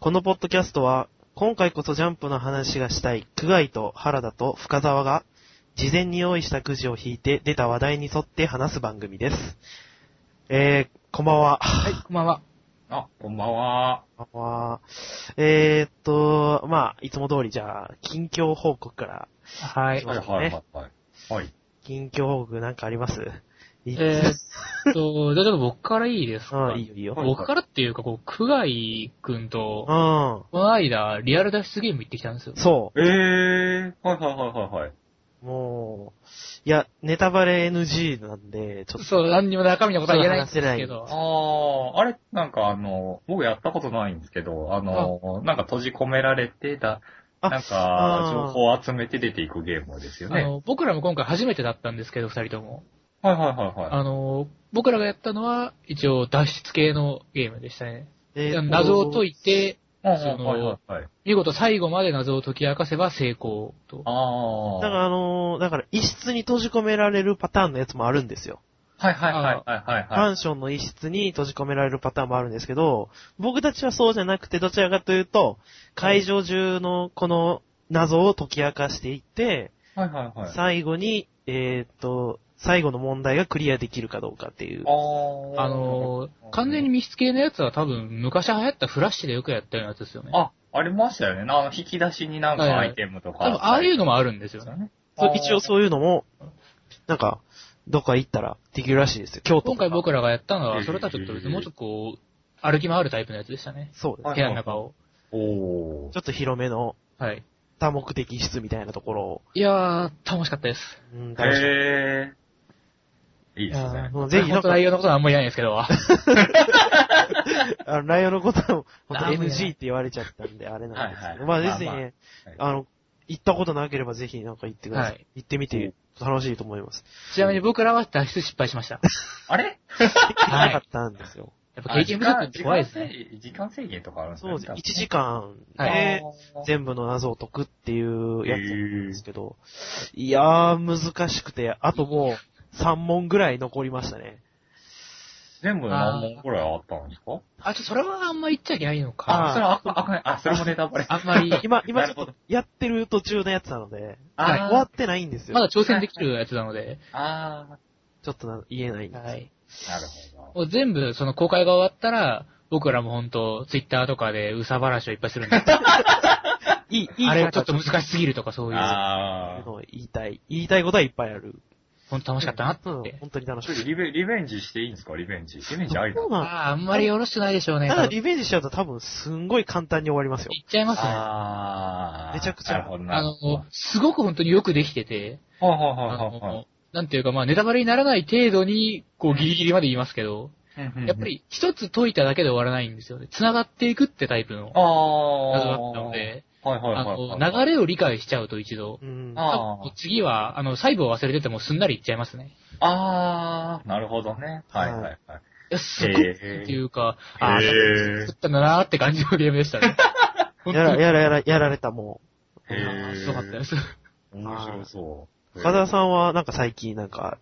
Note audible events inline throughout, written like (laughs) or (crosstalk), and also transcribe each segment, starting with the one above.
このポッドキャストは、今回こそジャンプの話がしたい、久我井と原田と深沢が、事前に用意したくじを引いて出た話題に沿って話す番組です。えー、こんばんは。 (laughs) はい、こんばんは。あ、こんばんは。こんばんは。えーっと、まあ、いつも通りじゃあ、近況報告から。ははいい。はいはいはいはい。はい。近況報告なんかありますいえーっと、じゃあちょっと僕からいいですうかん、いいよいいよ。はい僕からっていうか、こう、久我井くんと、うん。この間、リアル脱出ゲーム行ってきたんですよ。そえー、はいはいはいはいはい。う。もう、いや、ネタバレ NG なんで、ちょっと、そう、何にも中身のことは言えないんですけど。あー、あれ、なんかあの、僕やったことないんですけど、あの、なんか閉じ込められてだ、あなんあか、ー情報を集めて出ていくゲームですよあね。の、僕らも今回初めてだったんですけど、二人とも。はいはいはいはい。あの、僕らがやったのは、一応脱出系のゲームでしたね。えーっと謎を解いて、うんそうんのはいはいはい。見事最後まで謎を解き明かせば成功と。あー。だからあのーだから一室に閉じ込められるパターンのやつもあるんですよ。はいはいはいはいはいマはい。ンションの一室に閉じ込められるパターンもあるんですけど、僕たちはそうじゃなくて、どちらかというと、会場中のこの謎を解き明かしていって、はいはいはい。最後に、えーっと、最後の問題がクリアできるかどうかっていう。あー。あの、完全に密室系のやつは多分、昔流行ったフラッシュでよくやったようなやつですよね。あ、ありましたよね。あの、引き出しになんかアイテムとか。多分、ああいうのもあるんですでよね。ねそう一応そういうのも、なんか、どっか行ったらできるらしいですよ。京都今とか。回僕らがやったのうは、んそれとはちょっと別にもうちょっとこう、歩き回るタイプのやつでしたね。そうです。はい部屋の中を。おーちょっと広めのはい。多目的室みたいなところを、いやー、楽しかったです。うん、楽しみへえ。いいですね。もうぜぜひひ、な本ん当か、内容のことはあんまり言えないんですけど。あのライオンのことは、本当あーもうや NG って言われちゃったんで、あれなんですけど。まはあ、いはいぜひね、まああの、行ったことなければぜひなんか行ってください。はい行ってみて、楽しいと思います。 (laughs) ちなみに僕らは脱出失敗しました。あれはないかったんですよ。やっぱ経験不足って怖いですね。ね。時間制限とかあるんですね。そうです。1時間はいで、然全部の謎を解くっていうやつなんですけど、いやー、難しくて、あともう、3問ぐらい残りましたね。全部何問ぐらいあったんですかあ、ちょ、それはあんまり言っちゃいけないのあか。ーそれは、あ、あごめんあ、それもネタバレ。あん (laughs) まり、今、今なちょるっほとどやってる途中のやつなので、あ終わってないんですよ。まだ挑戦できるやつなので。あちょっとな言えないんですよ。はい。ー、なるほど。もう全部、その公開が終わったら、僕らも本当ツイッターとかでうさばらしをいっぱいする (laughs) んですけどいい、いいあれはちょっと難しすぎるとかそういう、あー。の言いたい。言いたいことはいっぱいある。本当楽しかったなうんって、。本当に楽しちょっとい。リベリベンジしていいんですかリベンジ。リベンジありなそのうなのああ、あんまりよろしくないでしょうね。ただ多分リベンジしちゃうと多分すんごい簡単に終わりますよ。いっちゃいますね。ああー。めちゃくちゃなるほどな。のはいは、すごく本当によくできてて、いあはいはいはの、なんていうか、まあ、ネタバレにならない程度に、こう、ギリギリまで言いますけど、い。やっぱ。り一つ解いただけで終わらないんですよね。繋がっていくってタイプのあ謎だー。ったので、はいはいあはいはい。の、流れを理解しちゃうと一度、うん。あー多分次は、あの、細部を忘れててもすんなりいっちゃいますね。あー、なるほどね。はいはいはい。いや、すごいっていうか、ああ、へ作ったんだなーって感じのゲームでした (laughs) ね。本や当ら、に。やら、やら、やられたもえあーすごかったです。面白そう。ん。深澤さんはなんか最近なんか、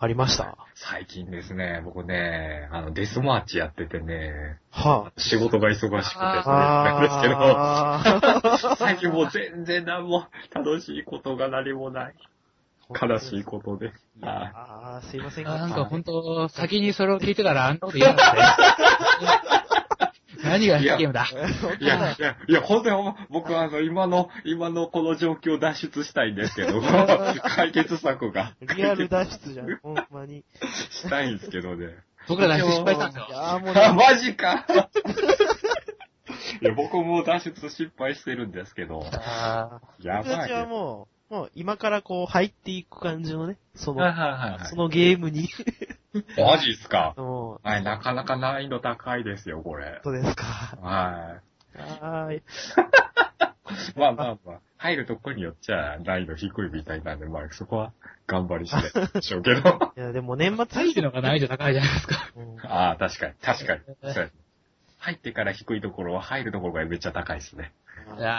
ありました最近ですね、僕ね、あの、デスマーチやっててね、は仕事が忙しくて、あ。なんあですけど、最近もう全然何も楽しいことが何もない。ー悲しいことで。いやあー、すいませんあなんが。か本当、先にそれを聞いてたら、あんなこと嫌だって。何がゲームだ。いや、いや、いや、本当にほんま僕はあの、今の、今のこの状況を脱出したいんですけど、解決策がリアル脱出じゃん、ほんまに。したいんですけどね。僕ら脱出失敗いしたんですよ。やーもうあ、ね、マジかいや、僕も脱出失敗してるんですけど、あや僕たばいちよ。はもう、もう今からこう入っていく感じのね、そはいの、はいはいそのゲームに、 (laughs) はい。マジっすかもはい、なかなか難易度高いですよ、これう、。そうですか。ははーい。い。まあまあまあ、入るとこによっちゃ難易度低いみたいなんで、まあそこは頑張りしてでしょうけど。 (laughs) いや、でも年あ。末入るのが難易度高いじゃないで (laughs) すか。うんああ、確かに、確かに。そうや入ってから低いところは入るところがめっちゃ高いですね。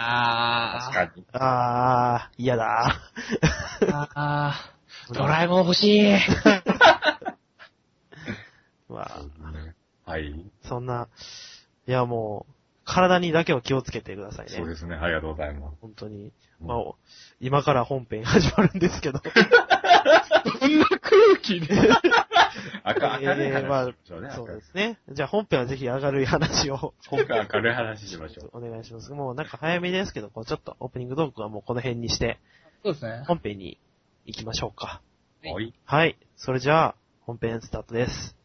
確あかに。あー、嫌だ。 (laughs) ーあー。ドラえもん欲しい。まあ、そうねはい。そんな、いやもう、体にだけは気をつけてくださいそうね。ですね。ありがとうござ (laughs) います。本当に。うんまあ、お今から本編始まるんです (laughs) けど。どんな空気で。赤、明るいえーまあ話しましょうね。そう明でるいすね。じゃあ本編はぜひ明るい話 (laughs) を今回明るい話しましょう。お願いします。もうなんか早めですけど、こうちょっとオープニングトークはもうこの辺にして、そうですね。本編に行きましょうか。はいはい。はい。それじゃあ、本編スタートです。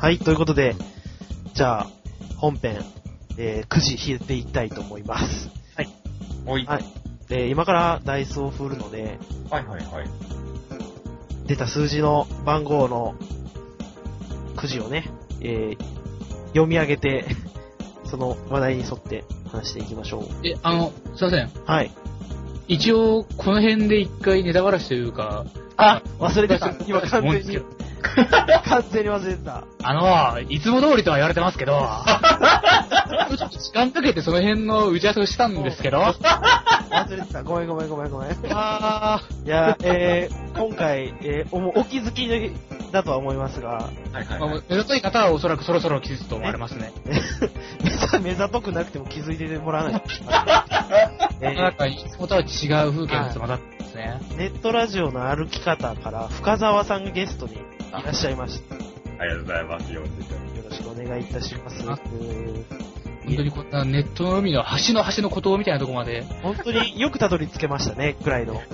はい、ということで、じゃあ、本編、えー、くじ引いていきたいと思います。もう一は回い。で、今からダイスを振るので、はいはいはい。出た数字の番号のくじをね、えー、読み上げて、その話題に沿って話していきましょう。え、あの、すいません。はい。一応、この辺で一回ネタバラシというか、あ、忘れてた。今と完思うん全ですけにど、、完全に忘れてた。あの、いつも通りとは言われてますけど、ちょっと時間かけてその辺の打ち合わせをしたんですけど、あ忘れてた。ごめんごめんごめんごめん。いあや、えー、今回、えー、おもお気づきだとは思いますが、はいはいー、まあはい。目ざとい方はおそらくそろそろ気づくと思われますね。目ざ目ざとくなくても気づいてもらわない。えーなんか、いつもとは違う風景がつまだったんですね。ネットラジオの歩き方から深澤さんがゲストにいらっしゃいました。よありがとうございます。よいしょろしくお願いいたします。あえ本当にこんなネットの海の端の端の孤島みたいなとこまで、ー本当によくたどり着けましたね、くらいの。 (laughs)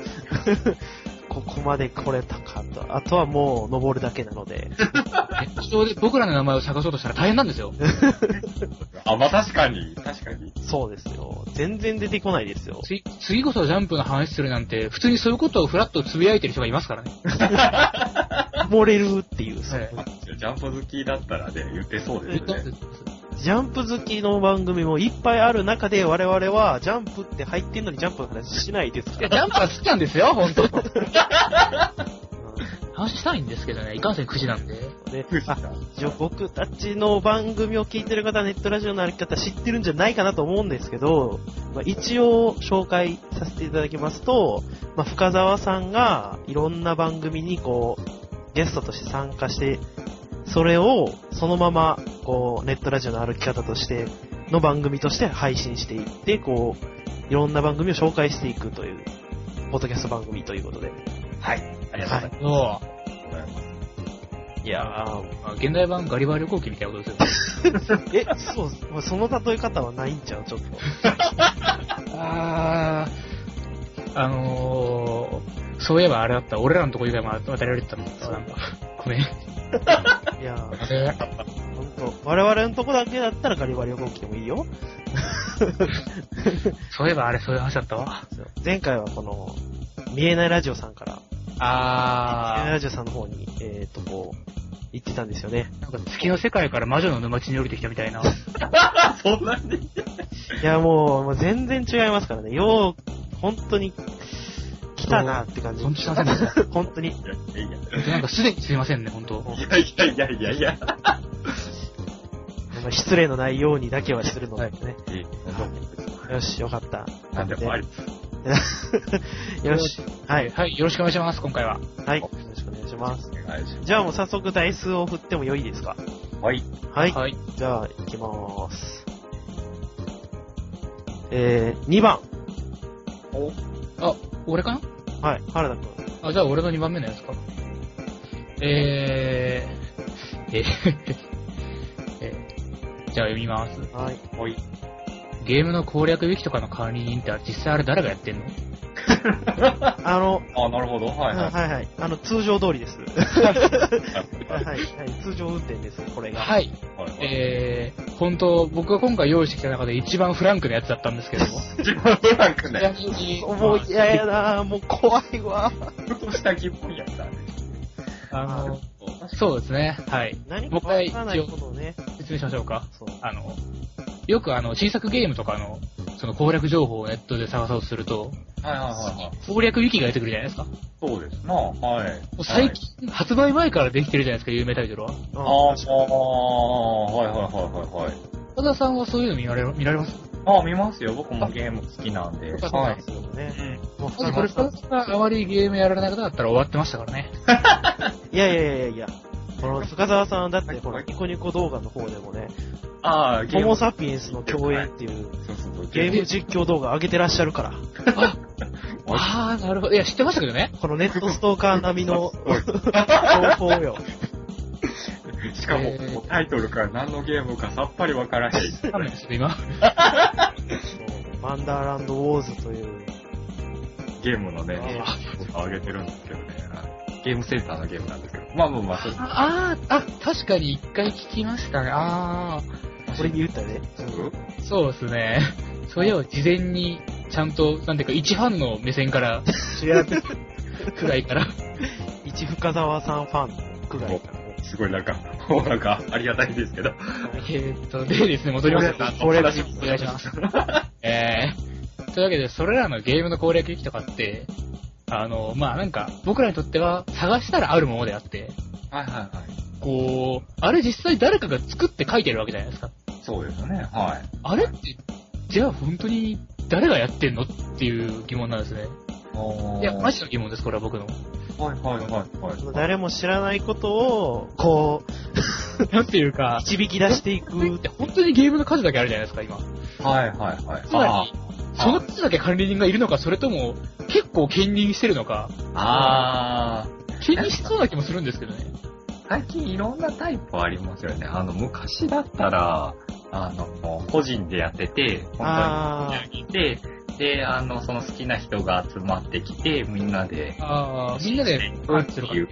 ここまで来れたかと。あとはもう登るだけなので。ネット上で僕らの名前を探そうとしたら大変なんですよ。あ、まあ確かに。確かに。そうですよ。全然出てこないですよ。次次こそジャンプの話するなんて、普通にそういうことをフラッとつぶやいてる人がいますからね。漏れるっていう。はいジャンプ好きだったらね、言ってそうですね。ジャンプ好きの番組もいっぱいある中で我々はジャンプって入ってんのにジャンプの話しないですいか (laughs) や、ら。ジャンプは好きなんですよ、本当 (laughs) うん話したいんですけどね、いかんせん9時なんで。でうん、あ、一応僕たちの番組を聞いてる方はネットラジオの歩き方知ってるんじゃないかなと思うんですけど、まあ、一応紹介させていただきますと、まあ、深澤さんがいろんな番組にこう、ゲストとして参加して、それをそのままこう、ネットラジオの歩き方としての番組として配信していって、こう、いろんな番組を紹介していくという、ポッドキャスト番組ということで。はい。ありがとうそございます。いやう。まあ現代版ガリバー旅行記みたいなことですー、え、そう、その例え方はないんちゃうちょっと。よ。あー、あのー、そういえばあれだった、俺らのとこ以外も渡られてたんですよ。ごめん。いやー、ほんと、我々のとこだけだったらガリバリ旅行機でもいいよ。そういえばあれ、そういう話だったわ。前回はこの、見えないラジオさんから、見えないあラジオさんの方に、えっ、と、こう、行ってたんですよね。ー、なんか月の世界から魔女の沼地に降りてきたみたいな。あ、そんなにいや、もう、もう全然違いますからね。よう、本当に、来たなって感じそ。んな幸せなんですか (laughs) 本当に。いやいやなんかすでにすいませんね、本当いやいやいやいや。まあ失礼のないようにだけはするのでね。いよし、よかった。なんでもあり。 (laughs) よし。はい。はい、よろしくお願いします、今回は。はい。よろしくお願いします。お願いしますじゃあもう早速、ダイスを振っても良いですかはい。はい。はい。じゃあ、行きまーす。えー、2番。お、あ、俺かなはい、原田くあ、じゃあ俺の2番目のやつか。えー、えーえーじゃあ読みます。ん。はい。おい。ゲームの攻略ウィキとかの管理人って実際あれ誰がやってんのあの、あ、なるほど。はいははいはいはい。あの、通常通りです。い。はい、ははい。通常運転です、これが。い。はい。い。ええー、本当僕が今回用意してきた中で一番フランクなやつだったんです (laughs) けども。ー、自分ブランクちね。なみにもう嫌やなぁ、もう怖いわ。ちょっとした気分やったね。あの、そうですね。はい。何もかう一回わからないことをね。説明しましょうか。そう。あの、よくあの、新作ゲームとかの、その攻略情報をネットで探そうとすると、はいはいはいはい。攻略ウィキが出てくるじゃないですか。そうですな。はい。もう最近、発売前からできてるじゃないですか、有名タイトルは。あああ、はいはいはいはいはい。岡田さんはそういうの見られ、見られますあ、見ますよ。僕もゲーム好きなんで。よかったはい。そうだうね。ん。もうもしこれ二つがあまりゲームやられなくなったら終わってましたからね。いやいやいやいやいや。この、深沢さん、だって、このはいニコニコ動画の方でもね、ああ、ゲホーム。モサピエンスの共演っていうそうそうそう。ゲーム実況動画上げてらっしゃるから、ああ、なるほど。いや、知ってましたけどね。このネットストーカー並み (laughs) のおい情報よ。しかも、えータイトルから何のゲームかさっぱりわから (laughs) へん。わかんないです今。ワンダーランドウォーズという、ゲームのねあ、僕上げてるんですけどね。ゲームセンターのゲームなんですけど。まあまあまあ、そうああ、あ、確かに一回聞きましたね。あ俺に言ったよね。あ、そうですね。そういえば事前に、ちゃんと、なんていうか、一ファンの目線から、主役、くらいから。一深沢さんファンくらいからね。すごいなんか、もうなんか、ありがたいですけど。 (laughs) えーっと、でですね、戻りました。これお願いします。 (laughs) えー、というわけで、それらのゲームの攻略機とかって、あの、まあなんか、僕らにとっては、探したらあるものであって、はいはいはい。こう、あれ実際誰かが作って書いてるわけじゃないですか。そうですね。はい。あれって、じゃあ本当に誰がやってんのっていう疑問なんですね。おーいや、マジの疑問です、これは僕の。はいはいはいはい。誰も知らないことを、こう、なんていうか、導き出していこれっくて。本当にゲームの数だけあるじゃないですか、今。はいはいはい。つまり、その数だけ管理人がいるのか、それとも、結構兼任してるのか、ああ兼任しそうな気もするんですけどね。ー、最近いろんなタイプありますよね。あの、昔だったら、あの、もう個人でやってて、本あ当にで、で、あの、その好きな人が集まってきて、みんなで、ああ、みんなで、うんあっていう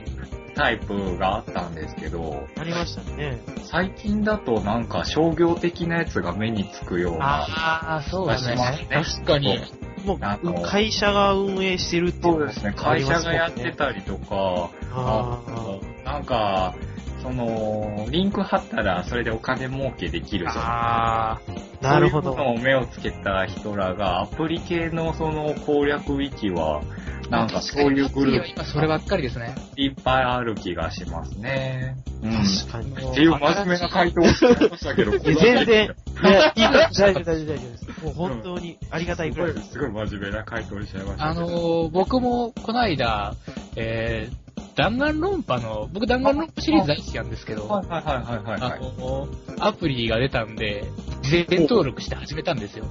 タイプがあったんですけど、あ、ありましたね。最近だとなんか商業的なやつが目につくような。ああ、そううだだねね。確かに。もあうの、会社が運営してるっていうそのうもですね。あ会りま社すがもんねやってたりとか、あーなんか、その、リンク貼ったらそれでお金儲けできるじゃん。あなるほそうどいう。ものを目をつけた人らが、アプリ系のその攻略ウィキは、なんかそういうグルー今そればっかりですね。プいっぱいある気がしますね。うん。っ確かに。いていう真面目な回答をして (laughs) ましたけど、こやの全然、いや、いい大丈夫、大丈夫、大丈夫です。もう本当にありがたいくらいです。すごい真面目な回答にしちゃいましたあけど。のー、僕もこの間、えー、弾丸論破の、僕弾丸論破シリーズ大好きなんですけど、はいはいはいはいはあい。のー、アプリが出たんで、事前登録して始めたんですよ。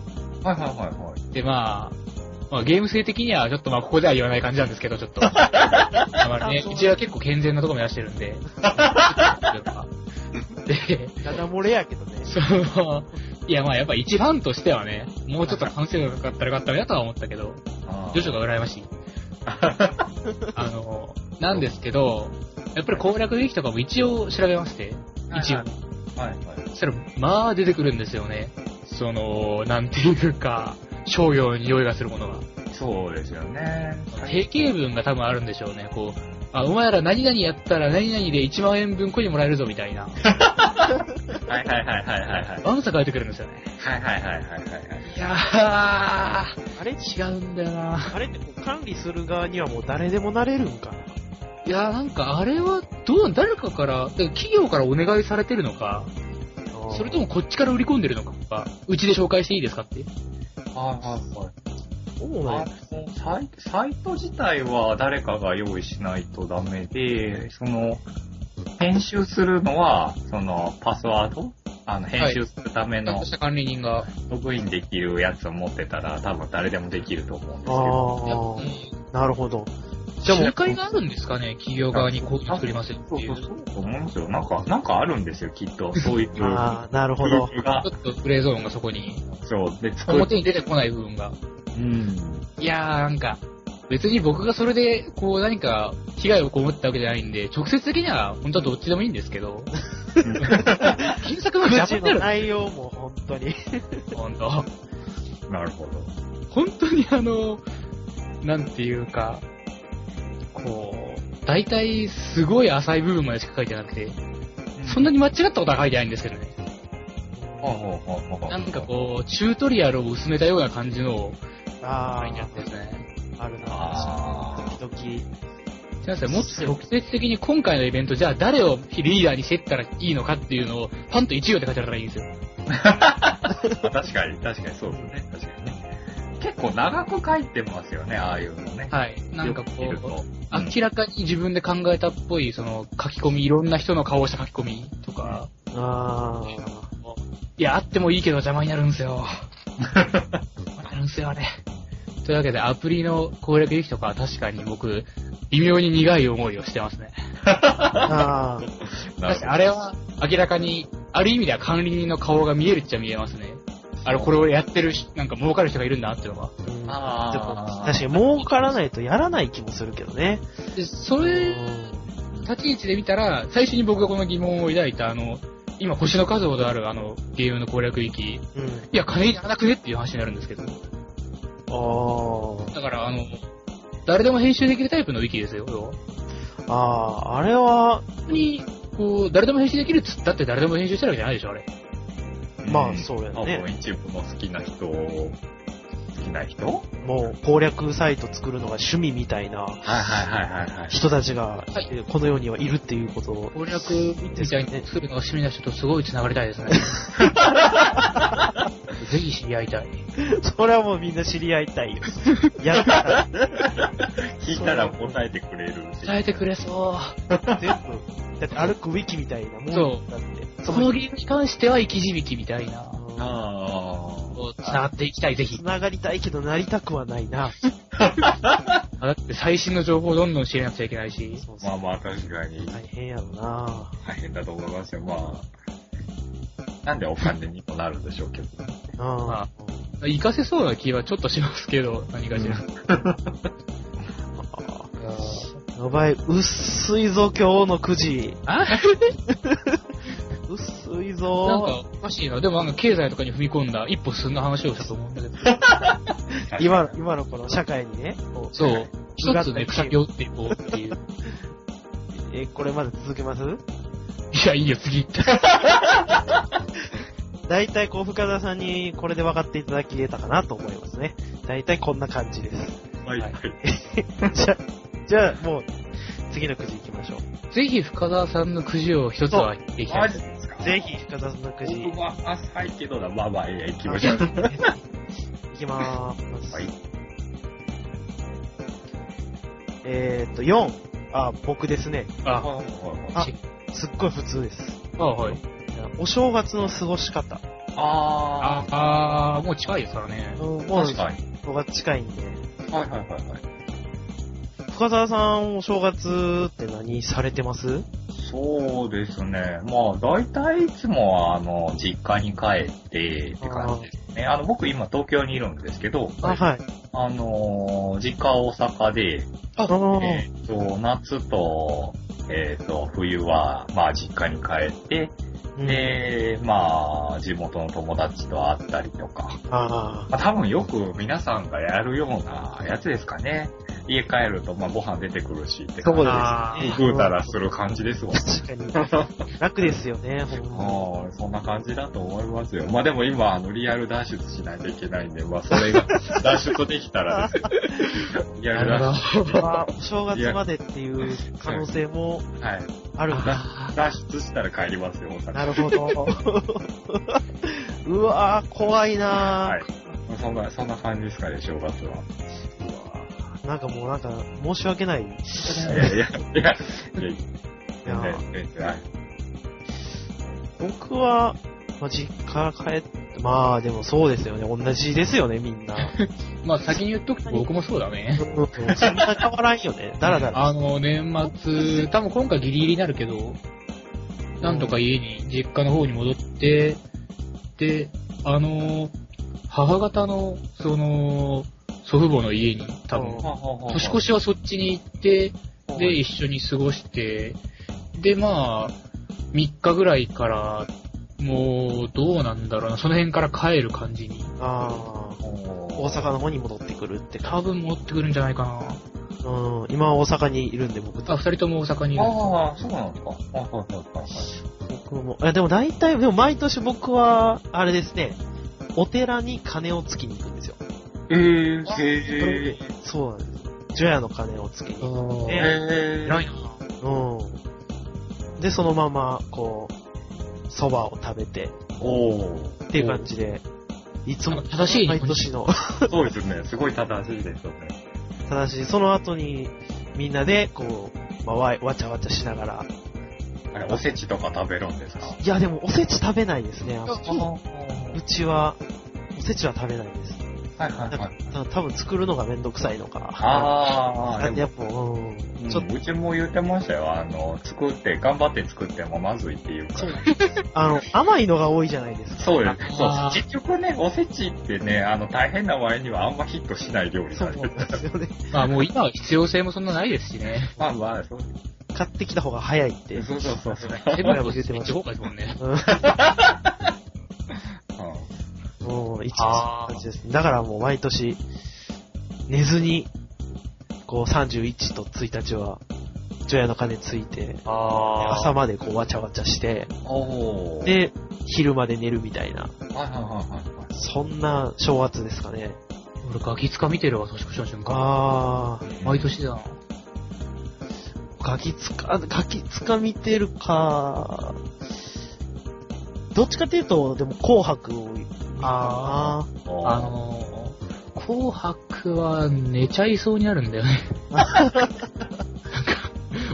はいはいはいはい。で、まあ、まあ、ゲーム性的には、ちょっとまあ、ここでは言わない感じなんですけど、 (laughs) ちょっと。あまりね、うちは結構健全なとこ目指してるんで。で、ただ漏れやけどね。その、いやまあ、やっぱ一番としてはね、もうちょっと完成度が高かったらよかったのになとは思ったけど、あ徐々が羨まし (laughs) い。あの、なんですけど、やっぱり攻略劇とかも一応調べまして、一応。はいはい。そしたら、まあ出てくるんですよね。その、なんていうか、商業に匂いがするものが。そうですよね。定型文が多分あるんでしょうね。こう、あ、お前ら何々やったら何々で1万円分コインもらえるぞみたいな。はいはいはいはいはいはい。わんさ書いてくるんですよね。はいはいはいはいはい。いやー、あれ違うんだよな。あれってこう管理する側にはもう誰でもなれるんかないやー、なんかあれは、どう、誰かから、だから企業からお願いされてるのか、それともこっちから売り込んでるのか、うちで紹介していいですかって。はいはいはい。そうなんあやのサイサイト自体は誰かが用意しないとダメで、その、編集するのは、その、パスワードあの、編集するためちゃんのとした管理人が、ログインできるやつを持ってたら、多分誰でもできると思うんですけど。ああ、やっなるほど。ぱじゃあもう仲介があるんですかね、企業側にこういうの作りますよってそうい。そうう、ちそうだと思うんですよ。なんか、なんかあるんですよ、きっと。そういう。ああ、なるほど。がょ、っとプレイゾーンがそこに、そう、で、作る。表に出てこない部分が。うん。いやー、なんか、別に僕がそれで、こう、何か、被害を被ったわけじゃないんで、直接的には、本当はどっちでもいいんですけ (laughs) ど、検索の邪口魔のになる内容も本当に。本当。なるほど。本当にあの、なんていうか、こう、大体、すごい浅い部分までしか書いてなくて、そんなに間違ったことは書いてないんですけどね。ほうほうほうほうなんかこう、チュートリアルを薄めたような感じのをあ書いてあってですあ、ね。あるな。あ時々。すいません、もっと直接的に今回のイベント、じゃあ誰をリーダーにしてったらいいのかっていうのを、パンと1行で書いてあったらいいんですよ。あ確かに、確かにそうですね。確かにね。結構長く書いてますよね、ああいうのね。はい。なんかこよく見るとう、うん明らかに自分で考えたっぽい、その書き込み、いろんな人の顔をした書き込みとか、あいや、あってもいいけど邪魔になるんです (laughs) よ。あるんすよ、あれ。というわけで、アプリの攻略力とかは確かに僕、微妙に苦い思いをしてますね。ーあー。なる確かにあれは明らかに、ある意味では管理人の顔が見えるっちゃ見えますね。あれ、これをやってるし、なんか儲かる人がいるんだなっていうのが。うんあー確かに儲からないとやらない気もするけどね。で、そういう立ち位置で見たら、最初に僕がこの疑問を抱いた、あの、今星の数ほどあるあの、ゲームの攻略域、いうん。や、金にならなくねっていう話になるんですけど。あだから、あの、誰でも編集できるタイプのウィキですよ、要はあ。ああー、あれは、本当に、こう、誰でも編集できるっつったって誰でも編集してるわけじゃないでしょ、あれ。ほどまあそうやね多分一部の好きな人を、好きな人はいもう攻略サイト作るのが趣味みたいなはいはいはいはい。人たちがはいえーこの世にはいるっていうことを。攻略みたいに作るのが趣味な人とすごい繋がりたい (laughs) ですね。ぜひ知り合いたい。それはもうみんな知り合いた (laughs) いよ。やったら (laughs) 聞いたら答えてくれる。伝えてくれそう。全部、だって歩くウィキみたいなもんそうだって。このゲームに関しては生き字引みたいな。うんあこう繋がっていきたい、ぜひ。繋がりたいけどなりたくはないな。だって最新の情報をどんどん知らなくちゃいけないし。そうあ。そうまあまあ確かに大変やろな大変だと思いますよ。まあ。なんでお金にもなるんでしょうけど。うんま活かせそうな気はちょっとしますけど、何かし (laughs) ら。やばい、薄いぞ、今日の9時。あ薄いなんぞ。か、おかしいな。でもなんか経済とかに踏み込んだ一歩進んだ話をしたと思うんだけど。今の、今のこの社会にね、こうそう。一つね、草木を打っていこうっていう。え、これまで続けますいや、いいよ、次。大体こう、深田さんにこれで分かっていただけたかなと思いますね。大体こんな感じです。はいはいじゃ、 (laughs) じゃあもう、次のくじ行きましょう。ぜひ、深澤さんのくじを一つは言っていきたマいジ。ですかぜひ、深田さんのくじ。僕は浅いけどな。まあまあ、いいや行きま (laughs) しょう。いきまーす。はい。えーっと、4。あ、僕ですね。あ、あすっごい普通です。あ、はい。お正月の過ごし方。ああ、あー、もう近いですからね。うん、ーもう、確かに。僕が近いんで。はいはいはいはい。深澤さん、お正月って何されてますそうですね。まあ、大体いつもは、あの、実家に帰ってって感じですね。あの、僕今東京にいるんですけど、あ、はい。あのー、実家は大阪で、あのーえっと、夏と、えっと、冬は、まあ、実家に帰って、うんで、まあ、地元の友達と会ったりとか、あまあ、多分よく皆さんがやるようなやつですかね。家帰ると、まあ、ご飯出てくるしってそう感でじすねねあでーぐうたらする感じですわ。ー確かに。楽ですよね、ほんまああ、そんな感じだと思いますよ。まあでも今、あの、リアル脱出しないといけないんで、まあそれが脱出できたらですね。リアなル脱る (laughs) ほに。ど。まあ、お正月までっていう可能性も出。はい。あるんだ。あ脱出したら帰りますよ、大な阪。るほど。 (laughs) うわー、怖いなはーい。まあそんな、そんな感じですかね、正月は。なんかもうなんか、申し訳ない。いやいや、いや、いや、全や然、全然。はい僕は、まあ、実家帰って、まあでもそうですよね。同じですよね、みんな。ーまあ、先に言っとくと僕もそうだね。そんな変わらんよね。だらだら。あの、年末、多分今回ギリギリになるけど、なんとか家に、実家の方に戻って、で、あの、母方の、その、祖父母の家に、多分、年越ししはそっちに行って、で、一緒に過ごして、で、まあ、3日ぐらいから、もう、どうなんだろうな、その辺から帰る感じに、あー大大阪の方に戻ってくるってか。多分戻ってくるんじゃないかな。うん、今は大阪にいるんで僕、あ、2人とも大阪にいる。ああ、そうなんですか。はいはいはいはい僕も。いやでも大体、でも毎年僕は、あれですね、お寺に鐘をつきに行くんですよ。えー、あえー、そうなんですよ。除夜の鐘をつけに行く。えねえ偉いな。うん。で、そのまま、こう、蕎麦を食べて、おー。っていう感じで、いつなんもか、正しい日毎本年人。の、そうですね。すごい正しいですよね。正しい。その後に、みんなで、こう、まあ、わわちゃわちゃしながら。あれ、おせちとか食べるんですかいや、でも、おせち食べないですね。ああのうちは、おせちは食べないです。はいはいは。ないんか、多分作るのがめんどくさいのか。ああ、あでやもっぱ、うん。うんちょっと、うちも言ってましたよ。あの、作って、頑張って作ってもまずいっていうかそうら。あの、甘いのが多いじゃないですか。そうよ。そあう。ー結局ね、おせちってね、あの、大変な割にはあんまヒットしない料理そなうんでなんですよね。まあもう今は必要性もそんなないですし (laughs) ね。まあまあ、そう買ってきた方が早いって。そうそうそうそう。手ぶらぶ分もら出てます一方がですもんね。うもう、一あー感じです。だからもう毎年、寝ずに、こう31と1日は、除夜の鐘ついて、あ朝までこうわちゃわちゃして、ん。おー。で、昼まで寝るみたいな、はいはいはいはい。そんな正月ですかね。俺ガキ使見てるわ、年越しの瞬間。あ毎年だな。ー、ガキつか、ガキつか見てるか、どっちかっていうと、でも紅白を見るかああのー、紅白は寝ちゃいそうになるんだよね。なんか、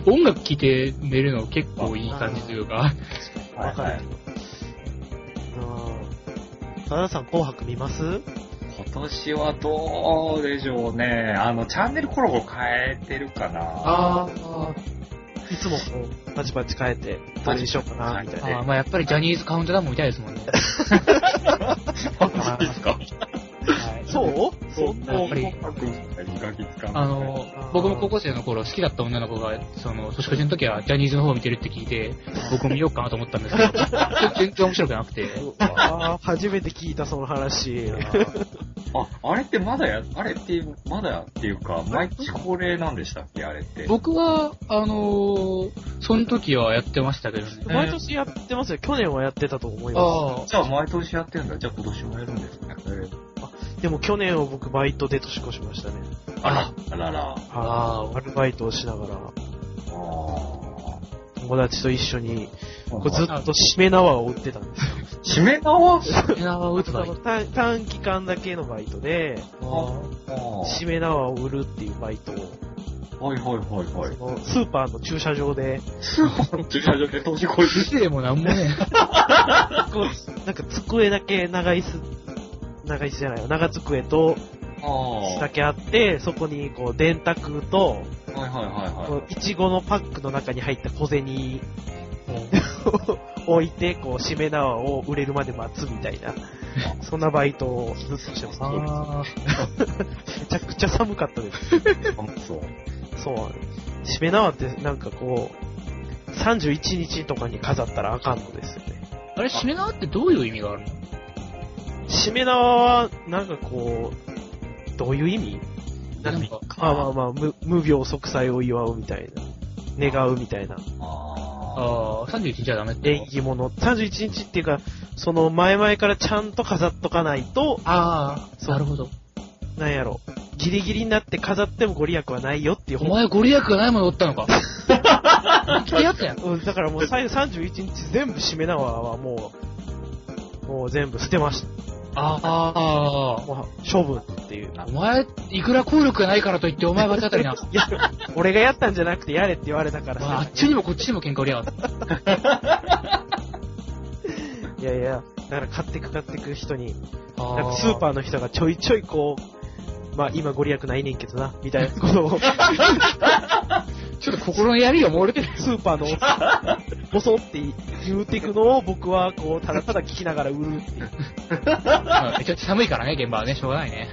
音楽聴いて寝るの結構いい感じというか。なわかる。うん。田田さん紅白見ます今年はどうでしょうね。あの、チャンネルコロコロ変えてるかな。あいつもこう、パチパチ変えて、どれにしようかな、みたいあな。ーまあやっぱりジャニーズカウントダウンも見たいですもんね。 (laughs) マジですかそうそんなやっぱりガキ使う。あのー、僕も高校生の頃好きだった女の子が、その、年越しの時はジャニーズの方を見てるって聞いて、僕も見ようかなと思ったんですけど、全然面白くなくて。あー初めて聞いたその話。あ、あれってまだや、あれって、まだっていうか、毎年恒例なんでしたっけあれって。僕は、あのー、その時はやってましたけどね。毎年やってますよ。去年はやってたと思いまあじゃあ毎年やってんだ。じゃあ今年もやるんですね。す。でも去年は僕バイトで年越しましたね。あら、あらら。あーアルバイトをしながら、あ友達と一緒に、こうずっあ。としめ縄を売ってたんですよ。締めあ、縄沖縄を打つ場合。短短期間だけのバイトで、しめ縄を売るっていうバイトを、はいはいはいはい。そのスーパーの駐車場で、スーパーの駐車場で年 (laughs) 越し。失礼もなんもね。こうなんか机だけ長椅子、長椅子じゃないよ、長机とああ。はいだけあって、そこにこう電卓と、はいはいこはういちごのパックの中に入った小 (laughs) 銭を置いて、こう、しめ縄を売れるまで待つみたいな、そんなバイトをずっとしてます。め (laughs) あちゃくちゃ寒かったです。い。そう。そう。しめ縄ってなんかこう、31日とかに飾ったらあかんのですよね。ーあれ、締め縄ってどういう意味があるのしめ縄は、なんかこう、どういう意味なんか、まあまあまあ、無無病息災を祝うみたいな。願うみたいな。あああ、31じゃダメって縁こと。起物。31日っていうか、その前々からちゃんと飾っとかないと、ああ、そうなるほど。なんやろ、ギリギリになって飾ってもご利益はないよっていうお本。前、ご利益がないものおった (laughs) のか。来てやったやん。うんだからもう最後31日全部締め縄はもう、もう全部捨てましああた。、もう処分っていう。お前、いくら効力がないからといって、お前罰当たり (laughs) な。いや、 (laughs) 俺がやったんじゃなくてやれって言われたかまあ、らあっ。ちにもこっちにも喧嘩売りやがった。いやいや、だから買ってく買ってく人に、あなんかスーパーの人がちょいちょいこう、まあ今ご利益ないねんけどな、みたいな (laughs) ことを。ーちょっと心の槍が漏れてる。スーパーのおっさん、ボソって言うていくのを僕はこう、ただただ聞きながら売るっていう。うんちょっと寒いからね、現場はね、しょうがないね。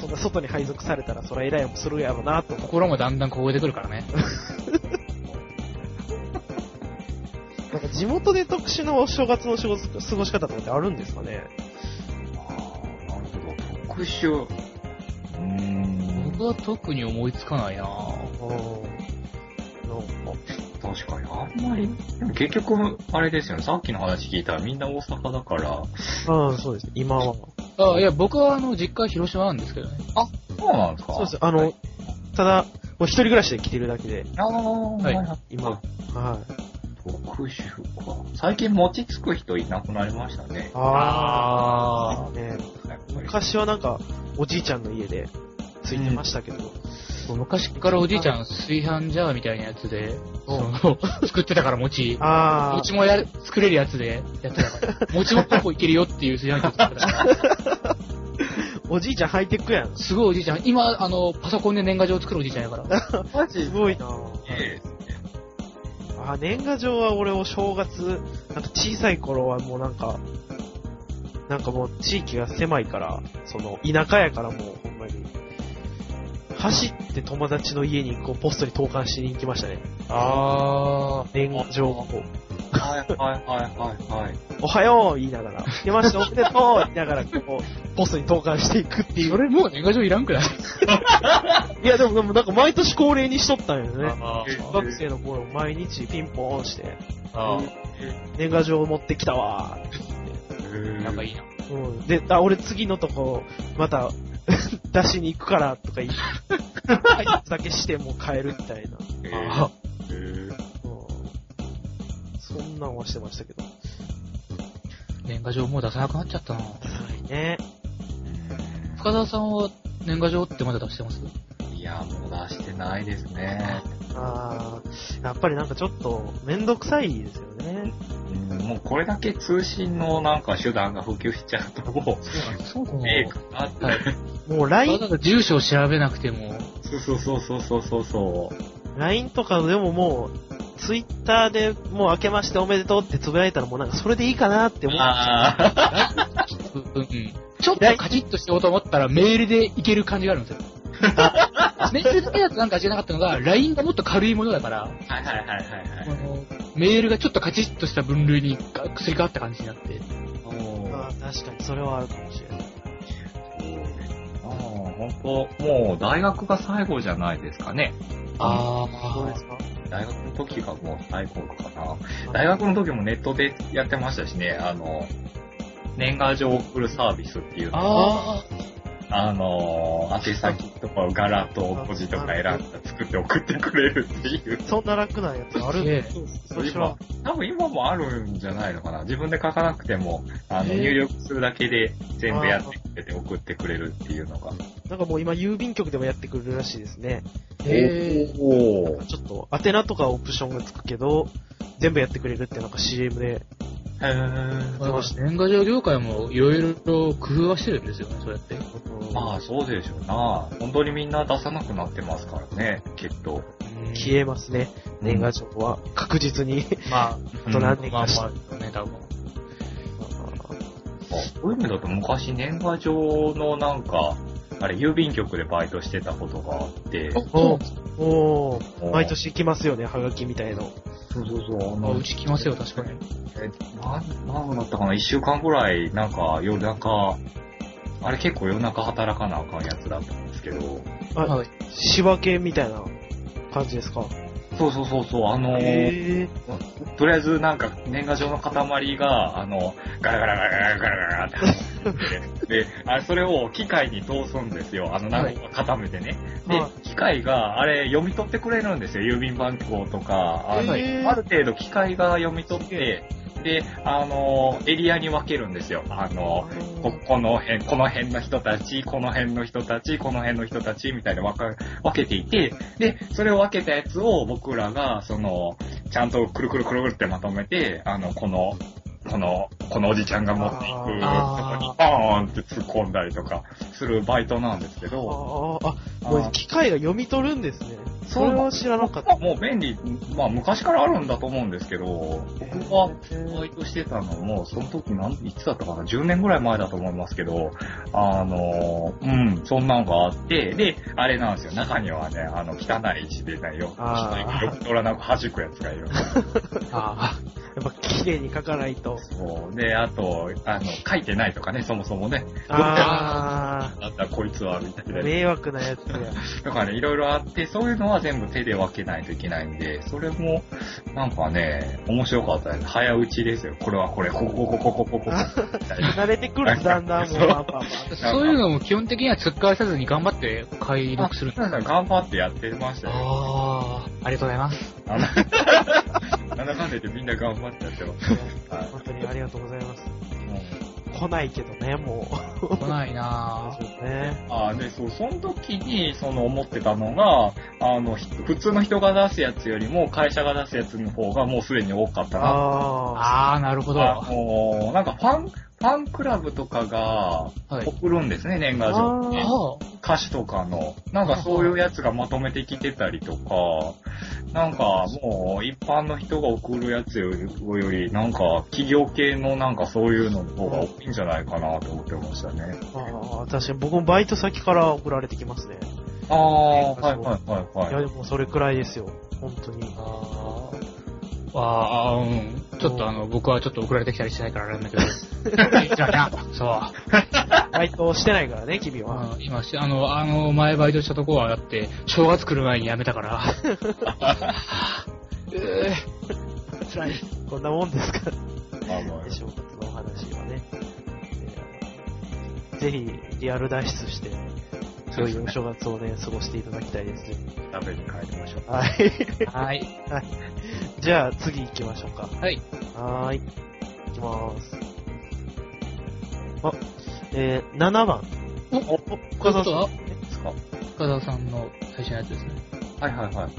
そんな外に配属されたらそら偉いもんするやろなと思心もだんだん凍えてくるからね。う。なんか地元で特殊なお正月の過ごす過ごし方とかってあるんですかねなるほど。特殊。うーん。僕は特に思いつかないなぁ。うん。なんか確かに、あんまり。でも結局、あれですよね。さっきの話聞いたらみんな大阪だから。うん、そうです。今は。あいや、僕はあの、実家は広島なんですけどね。そうなんですかそうです。あの、はいただ、もう一人暮らしで来てるだけで、ああ、はいい。今。は特集か。最近餅つく人いなくなりましたね。あー。ねやっぱり昔はなんか、おじいちゃんの家で、ついてましたけど。昔からおじいちゃん炊飯ジャーみたいなやつで、その、作ってたから餅。あ餅もやる、作れるやつでやってた (laughs) から。餅も結構いけるよっていう炊飯器を作ってたから。ー、おじいちゃんハイテクやん。すごいおじいちゃん。今、あの、パソコンで年賀状作るおじいちゃんやから。マジすごいなえあー、年賀状は俺お正月、なんか小さい頃はもうなんか、なんかもう地域が狭いから、その田舎やからもうほんまに、走って友達の家にこうポストに投函しに行きましたね。あ年賀状をこうえはいはいはいはいはい。おはよう言いながら、出ましたおめでとう言いながらこう、ポストに投函していくってい。そうれもう年賀状いらんくないいやでもでもなんか毎年恒例にしとったんよね。あー小学生の頃毎日ピンポン押して、あ年賀状を持ってきたわーー。なんかいいな。うん。で、あ、俺次のとこ、また、 (laughs) 出しに行くから、とか言って、挨拶だけしてもう帰るみたいな。えーあえーうん。そんなんはしてましたけど。ー年賀状もう出さなくなっちゃったな。はいね。深澤さんは年賀状ってまだ出してますいや、もう出してないですね。あーやっぱりなんかちょっと、めんどくさいですよね。うんもうこれだけ通信のなんか手段が普及しちゃうと、もそうなんです。そうかう、ええかなって。もうわ LINE、ざわざ住所を調べなくても、そうそうそうそうそうそう。 LINE とかでももう、ツイッターでもう明けましておめでとうってつぶやいたらもうなんかそれでいいかなって思う。ああ。うんうんちょっとカチッとしようと思ったらメールでいける感じがあるんですよ。 (laughs) メールだけだとなんか味がなかったのが、LINE がもっと軽いものだから、はいはいはいはいこはい。のメールがちょっとカチッとした分類にがすり替わった感じになって、おーあー確かにそれはあるかもしれない。ああ、本当もう大学が最後じゃないですかね。あどうあですか大学の時がもう最後かな。大学の時もネットでやってましたしね、あの、年賀状を送るサービスっていうのああの、宛先とかをガラと文字とか選んだ作って送ってくれるっていう。そんな楽なやつあるええそうそそうう今、多分今もあるんじゃないのかな。自分で書かなくても、あの、へえ入力するだけで全部やってくれて送ってくれるっていうのが。なんかもう今郵便局でもやってくれるらしいですね。ー、ええなおんーかちょっと宛名とかオプションがつくけど、全部やってくれるってなんか CM で。へーー年賀状業界もいろいろ工夫はしてるんですよね、そうやって。まあそうでしょうな。本当にみんな出さなくなってますからね、きっと。消えますね。年賀状は確実に。まあ、あとう何んまあ年まあかして。ね、多分。そういう意味だと昔年賀状のなんか、あれ、郵便局でバイトしてたことがあって、おおーおー毎年来ますよね、ハガキみたいの。そうそうそう、あまあ、のう、ち来ますよ、確かに。えなん、なんだったかな、一週間ぐらい、なんか夜中、あれ結構夜中働かなあかんやつだったんですけど、あはい。仕分けみたいな感じですか。そうそうそうそう、あの、へとりあえずなんか年賀状の塊が、あの、ガラガラガラガラガラガラって。で、あれ、それを機械に通すんですよ。あの、なんか固めてね。では、機械が、あれ、読み取ってくれるんですよ。郵便番号とか、あの、あへるー程度機械が読み取って、で、あの、エリアに分けるんですよ。あの、ここの辺、この辺の人たち、この辺の人たち、この辺の人たち、みたいな分か分けていて、で、それを分けたやつを僕らが、その、ちゃんとくるくるくるくるってまとめて、あの、この、この、このおじちゃんが持っていくとこにあー、バーンって突っ込んだりとかするバイトなんですけあど、ーあ、あもう機械が読み取るんですね。それは知らなかっーもう便利、まあ昔からあるんだと思うんですけど、た。僕はへーバイトしてたのも、その時なん、いつだったかな ?10 年ぐらい前だと思いますけど、あの、うん、そんなのがあって、で、あれなんですよ。中にはね、あの、汚い石でね、よく、あーよく取らなく弾くやつがいる。あやっぱ綺麗に書かないと。そう。で、あと、あの、書いてないとかね、そもそもね。ああったらこいつは、みたいあ、な。迷惑なやつや。とかね、いろいろあって、そういうのは全部手で分けないといけないんで、それも、なんかね、面白かったです。早打ちですよ。これはこれ、ここ、ここ、ここ、こ (laughs) こ、ここ。みたいな慣れてくるとだんだんもう、そうまあまあまあ。そういうのも基本的には突っかわさずに頑張って解読するんだ。あ頑張ってやってましたよ。 (laughs) ああ、ありがとうございます。あのなんだだかんだ言ってみんな頑張っちゃってます。はい本当にありがとうございます。来ないけどね、もう。来ないなぁ。ね。あーで、そう、その時に、その思ってたのが、あの、ひ普通の人が出すやつよりも、会社が出すやつの方がもうすでに多かったなってああ。あー、なるほど。あはのーなんかファン、ファンクラブとかがい。送るんですね、年賀状。あーあ歌手とかの。なんかそういうやつがまとめてきてたりとか、なんかもう一般の人が送るやつより、よりなんか企業系のなんかそういうのの方が多いんじゃないかなと思ってましたね。ああ、確かに僕もバイト先から送られてきますね。あーあ、はいはいはいいや、はでい。もそれくらいですよ。本当に。あーあー、うん。ちょっとあの、僕はちょっと送られてきたりしてないからあれなんだけど。 (laughs) じゃあな、そう。バイトしてないからね、君は。あー今し、あの、あの、前バイトしたとこは、だって、正月来る前に辞めたから。 (laughs) えー、辛い。こんなもんですから。あの正月のお話はね。えーぜひ、リアル脱出して、良いお正月をね、過ごしていただきたいですね。食べに帰りましょう。はい。はい。じゃあ、次行きましょうか。はい。はーい。行きまーす。あ、えー、7番。おお、こうい深うこと澤は、ですか深澤さんの最初のやつですね。はいはいはいはい。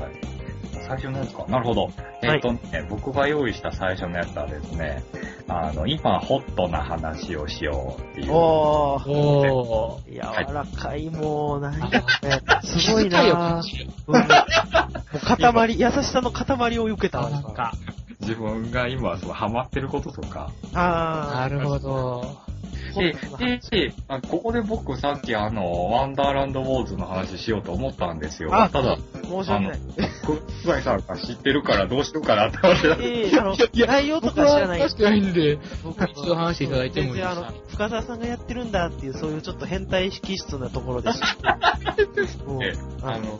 最初のやつか。なるほど。えっ、とね、僕が用意した最初のやつはですね、あの、今ホットな話をしようっていさん。う。おー。おー。柔らかい、もう、なんあかね、すごい気遣いをな感ぁ。じるうんもう塊、優しさの塊を受けたあわ、なんか。自分が今そのハマってることとか。あなるほど。ー。で、でで、であここで僕さっきあの、ワンダーランドウォーズの話しようと思ったんですよ。あただ、申し訳ない。くつばいさんが知ってるからどうしようかなって思ってた。 (laughs) ええあのいやい、や内容と僕か知らはない出。してないんで。僕一度話していただいてもいいです全か然あの、深澤さんがやってるんだっていう、そういうちょっと変態気質なとこ (laughs) ろです。もうえああの、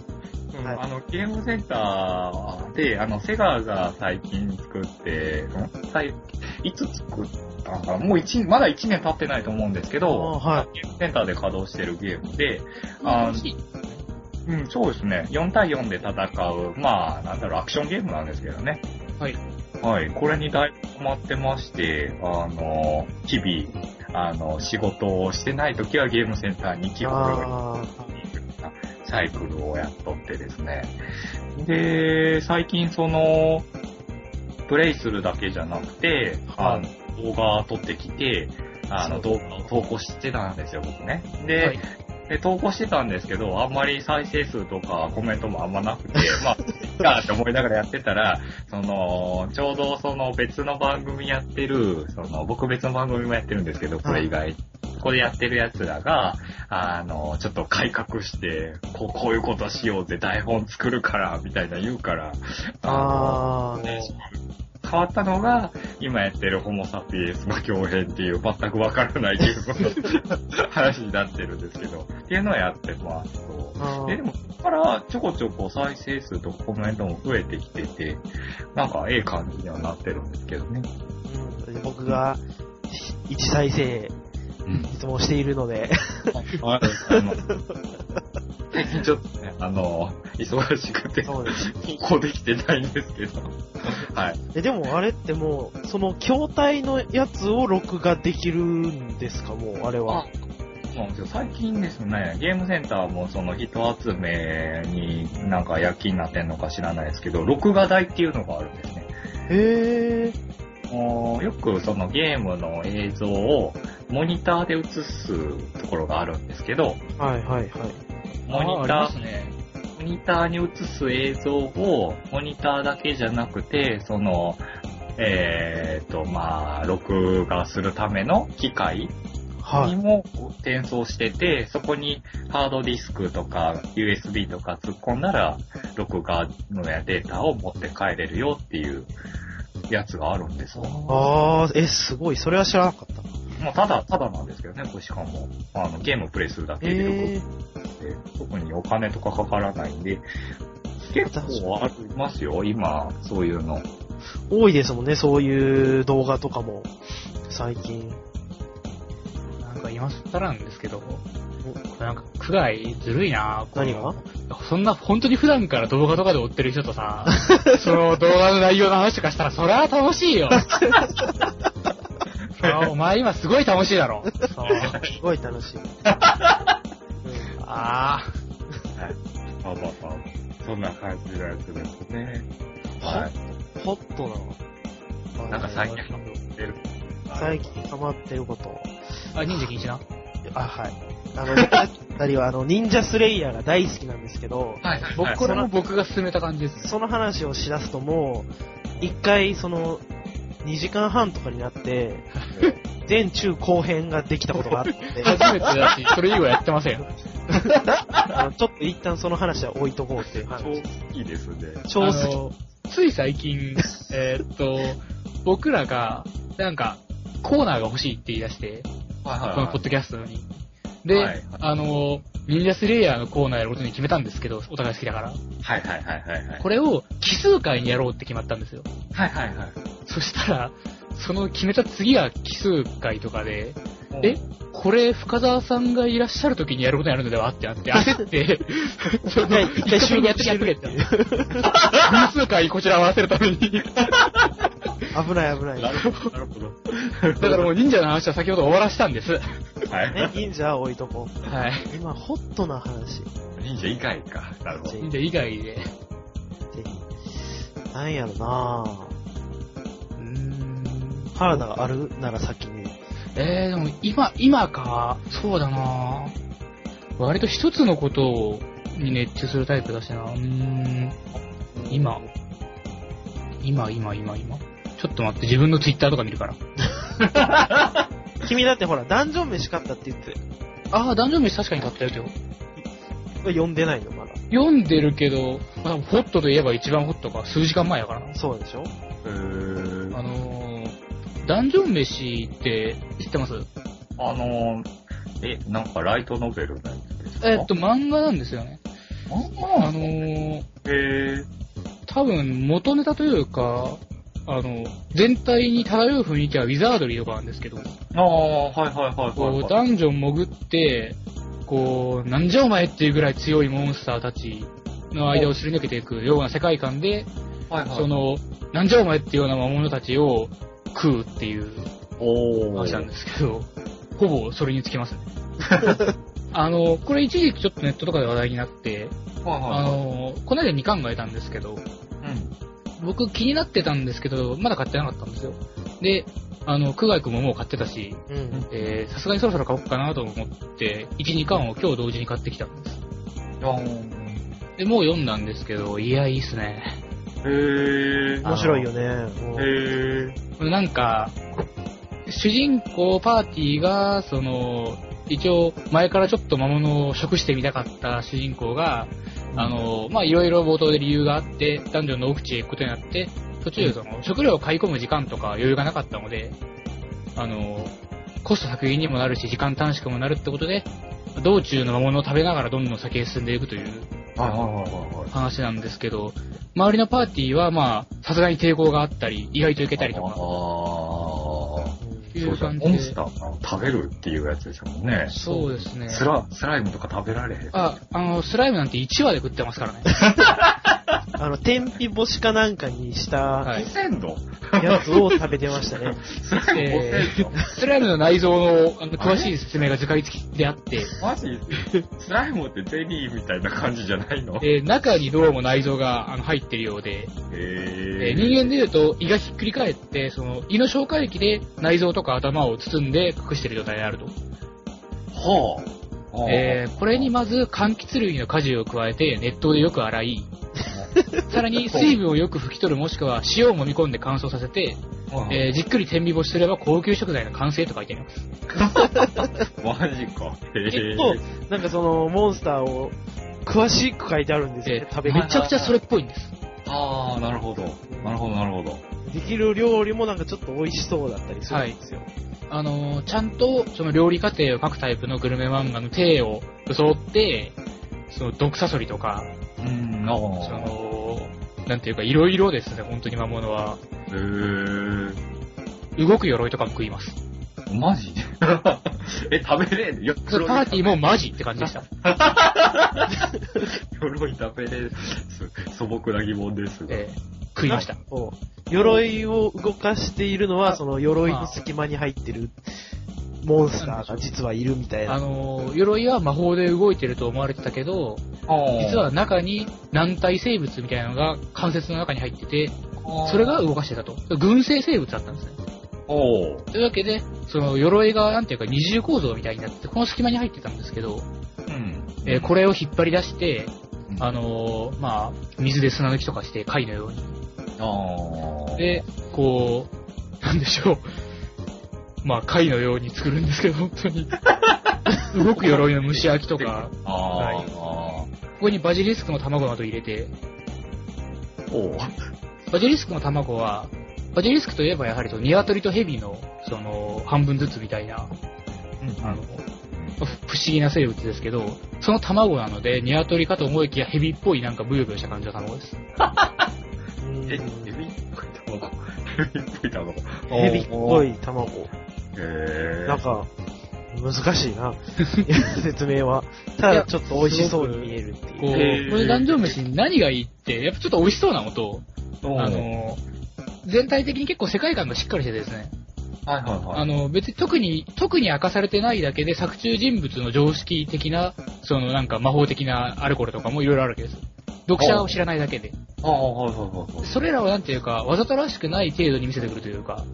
うんはいあの、ゲームセンターで、あの、セガが最近作って、ん最いつ作ったのかなもう一、まだ1年経ってないと思うんですけど、あはい。ゲームセンターで稼働してるゲームで、あうん、そうですね。4対4で戦う、まあ、なんだろう、アクションゲームなんですけどね。はい。はい。これにだいぶハマってまして、あの、日々、あの、仕事をしてない時はゲームセンターに来る。あサイクルをやっとってですね。で、最近その、プレイするだけじゃなくて、はあいの動画を撮ってきて、あの、そう動画を投稿してたんですよ、僕ね。で、はい。で投稿してたんですけど、あんまり再生数とかコメントもあんまなくて、まあ、いっかって思いながらやってたら、その、ちょうどその別の番組やってる、その、僕別の番組もやってるんですけど、これ以外、ここでやってる奴らが、あの、ちょっと改革して、こう、こういうことしようぜ、台本作るから、みたいな言うから、あ。ああ。変わったのが、今やってるホモ・サピエンスの共変っていう全くわからないゲームの話になってるんですけど、っていうのをやってますと。あででも、ここからちょこちょこ再生数とコメントも増えてきてて、なんかええ感じにはなってるんですけどね。ーうん僕が、一再生、ういんつもしているの (laughs) で、あの、 (laughs) 最近ちょっとね、あの、忙しくて、そうです。こうできてないんですけど、はい。え、でもあれってもう、その、筐体のやつを録画できるんですか、もう、あれは。そうなんですよ。最近ですね、ゲームセンターもその人集めになんか躍起になってんのか知らないですけど、録画台っていうのがあるんですね。へえ。もうよくそのゲームの映像をモニターで映すところがあるんですけど、はいはいはい。モニあーあタりますね。ー、モニターに映す映像をモニターだけじゃなくて、その、えー、っと、まあ、録画するための機械はいに。も転送してて、そこにハードディスクとか USB とか突っ込んだら、録画のデータを持って帰れるよっていうやつがあるんですよ。あああ、え、すごい。それは知らなかった。もうただ、ただなんですけどね、これしかも。あの、ゲームプレイするだけで録ええ。画で、特にお金とかかからないんで、結構ありますよ、今、そういうの。多いですもんね、そういう動画とかも。最近。なんか今更なんですけど、ぱなんか、区外ずるいなこの何がそんな、本当に普段から動画とかで追ってる人とさ、 (laughs) その動画の内容の話とかしたら、そりゃ楽しい (laughs) よ。そりゃお前今すごい楽しいだろ。そう。すごい楽しい。ああ。まあまあまあ。そんな感じのやつですね。はい。うんホットな。なんか最近出る。最近ハマってること。あ、忍者禁止な。あ、はい。あの、僕あたりは、あの、忍者スレイヤーが大好きなんですけど、はいはいは僕、い。これも僕が勧めた感じですね。その話をしだすともう、一回、その、2時間半とかになって、前中後編ができたことがあって、初めてだし、それ以後やってません。あのちょっと一旦その話は置いとこうっていう超話。好きですね。超好あき。のつい最近、えーっと、僕らが、なんか、コーナーが欲しいって言い出して、はいこはいのポッドキャストに。で、はいはいあの、忍者スレイヤーのコーナーやることに決めたんですけど、お互い好きだから。はいはいはいはいはい。これを奇数回にやろうって決まったんですよ。はいはいはい。そしたら、その決めた次が奇数回とかで、えこれ、深澤さんがいらっしゃる時にやることになるのではってなって、焦って、その、一回収やっ録てしてやっとけるっっててい。う。 (laughs) 偶数回こちらを合わせるために。危ない危ないな。るほど、なるほだど。からもう忍者の話は先ほど終わらしたんです。はねい。忍者は置いとこう。はい。今、ホットな話。忍者以外か。なるほど。忍者以外で。ぜひ。なんやろなうーん。原田があるなら先に。えー、でも今、今か。そうだな割と一つのことを、に熱中するタイプだしな。うーん。今。今、今、今、今。ちょっと待って、自分のツイッターとか見るから。君だってほら、ダンジョン飯買ったって言って、ああ、ダンジョン飯確かに買ったやつよ。読んでないのまだ。読んでるけど、まあ、ホットといえば一番ホットか、数時間前やからな。そうでしょうーんあのー、ダンジョン飯って知ってますあのー、え、なんかライトノベルなんですかえーっと、漫画なんですよね。あのー、へー多分元ネタというか、あの、全体に漂う雰囲気はウィザードリーとかなんですけど、ああ、はいはいはいはい、こう、はい。ダンジョン潜って、こう、なんじゃお前っていうぐらい強いモンスターたちの間をすり抜けていくような世界観で、はいはい、そ、の、なんじゃお前っていうような魔物たちを食うっていうお話なんー。ですけど、ほぼそれにつき (laughs) ますね。あの、これ一時期ちょっとネットとかで話題になって、はいはいあはいの、この間2巻が得たんですけど、僕気になってたんですけど、まだ買ってなかったんですよ。で、あの、久我井くんももう買ってたし、うん。えーさすがにそろそろ買おうかなと思って、1、2巻を今日同時に買ってきたんです。で、もう読んだんですけど、いや、いいっすね。うん。へー。面白いよね。もうへー。なんか、主人公パーティーが、その、一応、前からちょっと魔物を食してみたかった主人公が、あの、まあ、いろいろ冒頭で理由があって、ダンジョンの奥地へ行くことになって、途中、その、食料を買い込む時間とか余裕がなかったので、あの、コスト削減にもなるし、時間短縮もなるってことで、道中の魔物を食べながらどんどん先へ進んでいくというはいはいはいはい。話なんですけど、周りのパーティーは、まあ、さすがに抵抗があったり、意外といけたりとあか、あ。うんいそううじゃ感ん。モンじスで。ターを食べるっていうやつですもんね。そうですね。スラ、スライムとか食べられへん。あ、あの、スライムなんて1話で食ってますからね。あの、天日干しかなんかにしたはい。 5000度やつを食べてました (laughs) ね。スライムえ5000度、スライムの内臓のあの詳しい説明が図解付きであって、マジスライムってゼリーみたいな感じじゃないのへで中にどうも内臓があの入ってるようで、えーえ人間でいうと胃がひっくり返って、その胃の消化液で内臓とか頭を包んで隠してる状態であると。はあ。はあえーこれにまず柑橘類の果汁を加えて熱湯でよく洗 (laughs) い、さらに水分をよく拭き取るもしくは塩を揉み込んで乾燥させて、はあえーじっくり天日干しすれば高級食材の完成と書いてあります。マジか。へ結え。構、なんかその、モンスターを詳しく書いてあるんですよねえ、ー食べめ方。ちゃくちゃそれっぽいんです。ああ、なるほど。なるほど、なるほど。できる料理もなんかちょっと美味しそうだったりするんですよ。あのーちゃんとその料理過程を書くタイプのグルメ漫画の体を装って、その毒サソリとか、うん、なその、なんていうか、いろいろですね、本当に魔物は。へえ。動く鎧とかも食います。 (laughs) マジでえ、食べれんよそれパーティーもマジって感じでした。鎧食べれん。す素朴な疑問ですが。ええ食いました。こう鎧を動かしているのは、その鎧の隙間に入ってるモンスターが実はいるみたいあな。のー、鎧は魔法で動いてると思われてたけど、実実は、中に軟体生物みたいなのが関節の中に入ってて、それが動かしてたと。群生生物だったんですね。おうというわけで、その鎧がなんていうか二重構造みたいになってて、この隙間に入ってたんですけど、うん。えーこれを引っ張り出して、うんあのーまあ、水で砂抜きとかして貝のように。ああ。で、こう、なんでしょう。 (laughs) まあ、貝のように作るんですけど、本当に。動く鎧の蒸し焼きとか、あーここにバジリスクの卵など入れて、おうバジリスクの卵は、バジリスクといえばやはりとニワトリとヘビの、その、半分ずつみたいな、あの、不思議な生物ですけど、その卵なので、ニワトリかと思いきやヘビっぽいなんかブヨブヨした感じの卵でうす。んえ、エビっぽい卵。エビっぽい卵。ヘビっぽへい卵。え。なんか、難しい (laughs) な。説明は。たいだやちょっと美味しそうに見えるってこう、いこう。へーれ壇上飯に何がいいって、やっぱちょっと美味しそうなのと、おうあ、の、全体的に結構世界観がしっかりしててですね、はいはいはい。あの、別に特に、特に明かされてないだけで作中人物の常識的な、そのなんか魔法的なアルコールとかもいろいろあるわけです。読者を知らないだけで。ああ、はいはいはいはい。それらをなんていうか、わざとらしくない程度に見せてくるというか、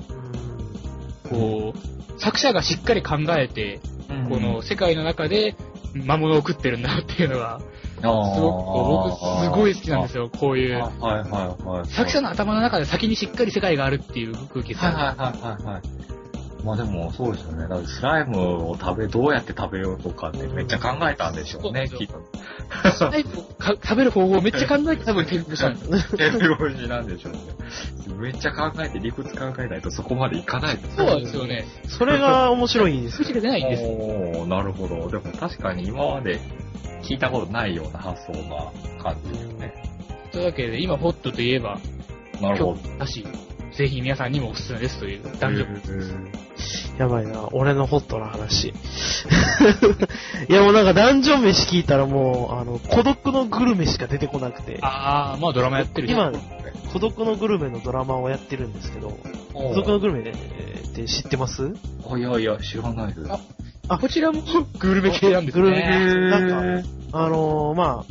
こう、作者がしっかり考えて、うんこの、世界の中で魔物を食ってるんだっていうのが、す。すごくこう、僕すごい好きなんですすよ、こういう。あはいはいはい。作者の頭の中で先にしっかり世界があるっていう空気ですはいよはねいはいはいはい。まあでも、そうですよね。だからスライムを食べ、どうやって食べようとかってめっちゃ考えたんでしょうね、そうきでっと。最後か食べる方法をめっちゃ考えて多分添付したんですよ。手拍子なんでしょうね。めっちゃ考えて、理屈考えないとそこまでいかないですそうなんですよね。それが面白いですよ数字が出ないんですよ。おー、なるほど。でも確かに今まで聞いたことないような発想な感じですね。というわけで、今ホットといえば、なるほ今ど。日だし、ぜひ皆さんにもおすすめですという男女。 (laughs) やばいな、俺のホットな話。 (laughs) いやもうなんかダンジョン飯聞いたらもう、あの、孤独のグルメしか出てこなくて、あー、まあドラマやってるね今、孤独のグルメのドラマをやってるんですけど、孤独のグルメね、えーって知ってますおーいやいや、知らないです。ああ、こちらもグルメ系なんですグルメね。なんか、あのー、ま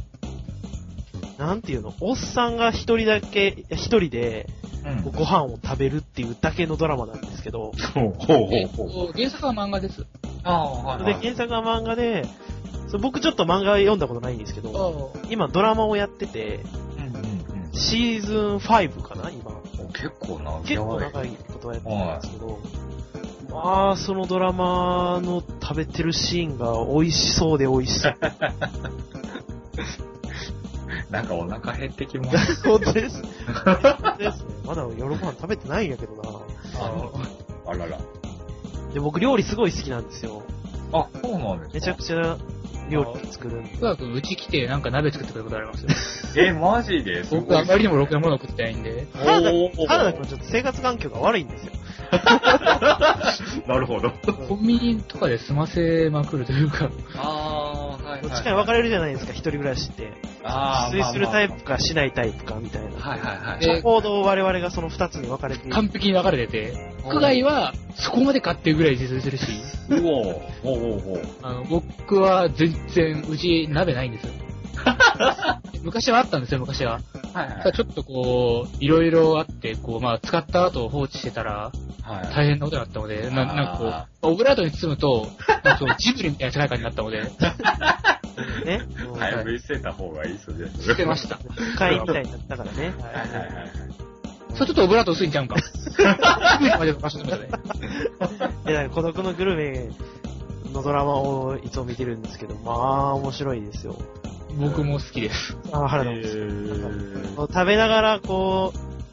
あ、なんていうの、おっさんが一人だけ、一人でうん。ご飯を食べるっていうだけのドラマなんですけど、ほうほうえっほうほう。と原作は漫画です。ああー、はで、原作は漫画で、そう僕ちょっと漫画読んだことないんですけど、今ドラマをやってて、うんうんうん。シーズン5かな今。結構長い。結構長い。いことをやってたんですけど、まあ、そのドラマの食べてるシーンが美味しそうで美味しそう。。なんかお腹減ってきます (laughs) 本当です。本当ですね。まだ夜ご飯食べてないんやけどな。あのあらら。で、僕料理すごい好きなんですよ。あ、そうなんですかめちゃくちゃ料理作るんで。ふわくんうち来てなんか鍋作ってくれることありますよ。え、マジですごい僕あまりにもろくなものを食ってないんで。お原田ー原田君はちょっと生活環境が悪いんですよ。なるほど。コンビニとかで済ませまくるというか、ああ、はいどっちかに分かれるじゃないですか、一人暮らしって。あ自炊するタイプかしないタイプかみたいな。はいはいはい。ちょうど我々がその二つに分かれている。完璧に流れてて、区外はそこまで買っていうぐらい自炊するし、うおーおおおあの僕は全然うち鍋ないん (laughs) ですよ。昔はあったんですよ、昔は。はいただちょっとこう、いろいろあって、こう、まあ、使った後放置してたら、はい。はい。大変なことになったので、ななんかあこう、オブラートに包む (laughs) と、なんかこうジブリみたいな世界観になったので、ね。うん早く見せた方がいいそうです。捨てました。深いみたいになったからね。はいはいはい。それちょっとオブラート薄いんちゃ (laughs) うんか。ジブリまでの場所でもね。で、なんか孤独のグルメのドラマをいつも見てるんですけど、まあ、面白いですよ。僕も好きです。あ、原田も。ー食べながら、こ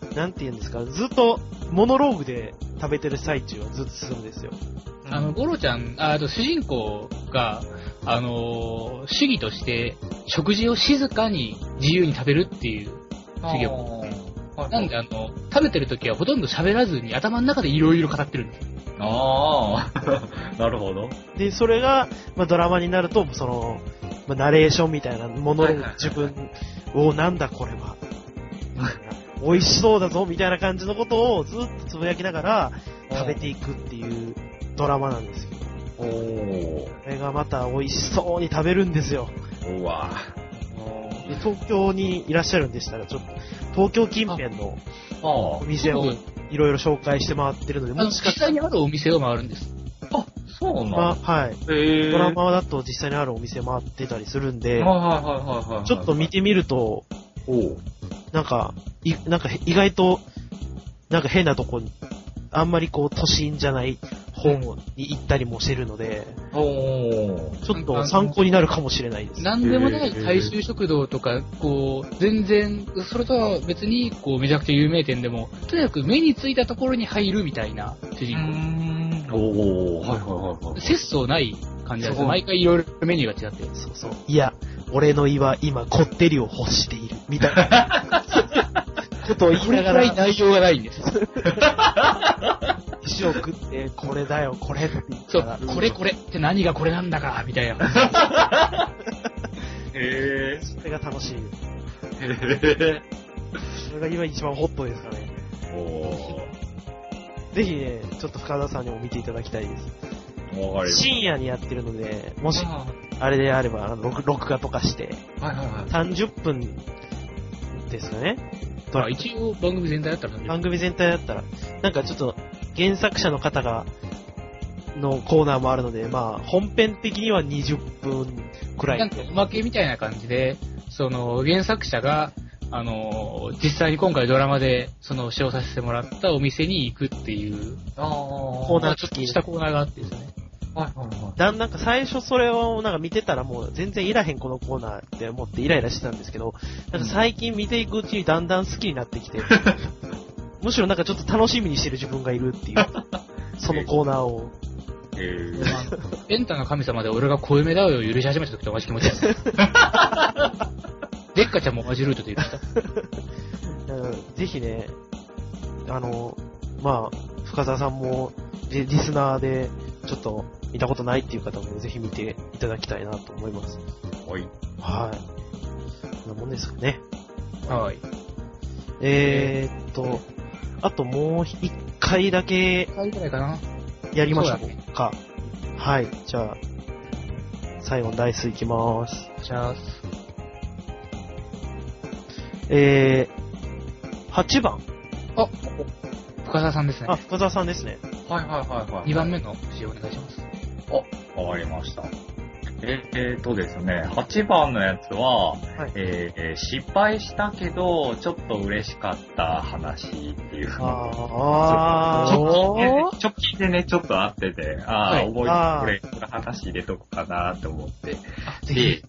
う、なんて言うんですか、ずっと、モノローグで食べてる最中はずっと進むんですよ。あの、、ゴロちゃん、ああと主人公が、あのー主義として、食事を静かに自由に食べるっていう、あー授業はいなんで、あの、食べてる時はほとんど喋らずに頭の中でいろいろ語ってるんです。ああ、 (laughs) なるほど。で、それが、まあ、ドラマになると、その、まあ、ナレーションみたいなものはでいはいはい自分をなんだこれは。美味しそうだぞみたいな感じのことをずっとつぶやきながら食べていくっていうドラマなんですよ。おおこれがまた美味しそうに食べるんですよ。ーうわで東京にいらっしゃるんでしたら、ちょっと東京近辺のああお店をいろいろ紹介して回ってるので、あの、もしか実した際ら、にあるお店を回るんです。あ、そうなんまあ、はい。へえドラマだと実際にあるお店回ってたりするんで、はいはいはいはいはい。ちょっと見てみると、おうなんか、いなんか意外と、なんか変なとこに、あんまりこう都心じゃない方に行ったりもしてるので、おーちょっと参考になるかもしれないです。なんでもない大衆食堂とか、こう、全然、それとは別に、こう、めちゃくちゃ有名店でも、とにかく目についたところに入るみたいな主うー人公。んおーはいはいはいはい。節操ない感じなんですそうよ。毎回いろいろメニューが違って。そうそう。いや、俺の胃は今こってりを欲している、みたいなことを言いこれなくがらいら、内容がないんです。石を食って、これだよ、これって言ったそらう、、これこれって何がこれなんだか、みたい (laughs) な。へそれが楽しい。 (laughs) え。それが今一番ホットですかね。おぜひね、ちょっと深田さんにも見ていただきたいです。ーわかりまし深夜にやってるので、もし、た。はあれであれば、あの録録画とかして、いはいはい。 30分ですかね。まあ一応番組全体だったらなんで番組全体だったら、なんかちょっと原作者の方が、のコーナーもあるので、まあ、本編的には20分くらなんい。かおまけみたいな感じで、その原作者が、あの、実際に今回ドラマで、その、使用させてもらったお店に行くっていう、ああ。コーナーまあちょっとしたコーナーがあってですね。はいはいはい。だんなんか最初それをなんか見てたらもう全然いらへんこのコーナーって思ってイライラしてたんですけど、なんか最近見ていくうちにだんだん好きになって (laughs) きて、むしろなんかちょっと楽しみにしてる自分がいるって (laughs) いう、そのコーナーを。へえ。エンタの神様で俺が声目だよを許し始めた時と同じ気持ちで (laughs) す。でっかちゃんも同じルートで許した。うんぜひね、あの、まあ、深澤さんも、リリスナーで、ちょっと、見たことないっていう方も、ぜひ見ていただきたいなと思います。はい。はい。そんなもんですかね。はい。えー、っと、あともう一回だけ2人ぐらいかな。やりましょそうだねうか。はい。じゃあ、最後のダイスいきます。じゃあ、えー、8番。深澤さんですねあ、。深澤さんですね。はいはいはいはい。 2番目の指示をお願いします。わかりました。ええーとですね、8番のやつは、はいえーえー失敗したけど、ちょっと嬉しかった話っていう。あー。直近でね直近でね、ちょっと会ってて、ああ、はあいー覚えて、これ、これ話入れとこうかなって思って。ぜひで、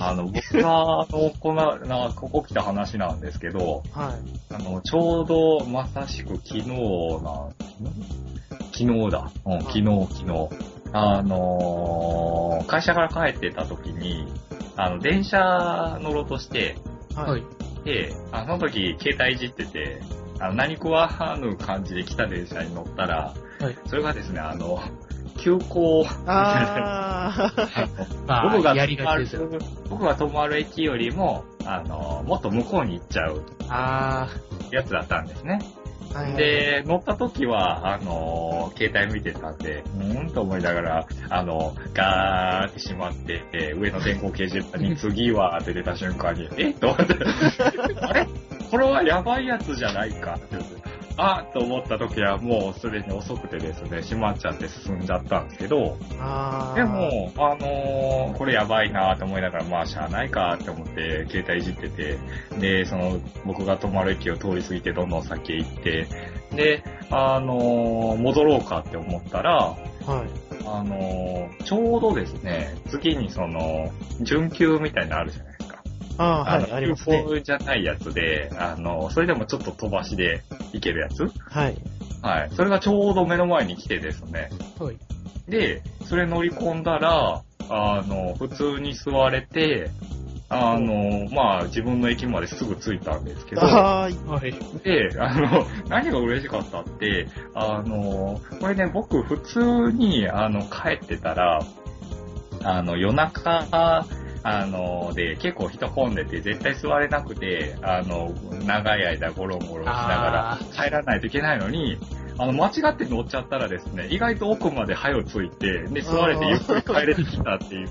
あの、僕が、あの、この、な、ここ来た話なんですけど、はい。あの、ちょうど、まさしく昨日な、昨日だ。うん、昨日、昨日。あのー会社から帰ってた時に、あの、電車乗ろうとして、はい。い。で、あの時、携帯いじってて、あの何食わぬ感じで来た電車に乗ったら、はいそれがですね、あの、急行、あー。ま僕があ、やり止がまちですよ。る、僕が止まる駅よりも、あの、もっと向こうに行っちゃうあやつだったんですね。はい (laughs) で、乗った時は、あのー携帯見てたんで、うーんと思いながら、あの、ガーって閉まって、えー上の電光掲示板 (laughs) に次はって出た瞬間に、えっと思って、あれこれはやばいやつじゃないかって言ってあっと思った時はもうすでに遅くてですね、閉まっちゃって進んじゃったんですけど、あーで、も、あのーこれやばいなと思いながら、まあ、しゃあないかって思って、携帯いじってて、で、その、僕が泊まる駅を通り過ぎて、どんどん先へ行って、で、あのー戻ろうかって思ったら、はい。あのーちょうどですね、次にその、準急みたいなのあるじゃないですか。あーはのい、ありますね。急行じゃないやつで、あのそれでもちょっと飛ばしで行けるやつはい。はい。それがちょうど目の前に来てですね、あ、はい。で、それ乗り込んだら、あの、普通に座れて、あの、まあ、自分の駅まですぐ着いたんですけど、あーい。はい。で、あの、何が嬉しかったって、あの、これね、僕、普通に、あの、帰ってたら、あの、夜中、あの、で、結構人混んでて、絶対座れなくて、あの、長い間ゴロンゴロンしながあら帰らないといけないのに、あの、間違って乗っちゃったらですね、意外と奥まで早ついて、で、座れてゆっくり帰れてきたっていう、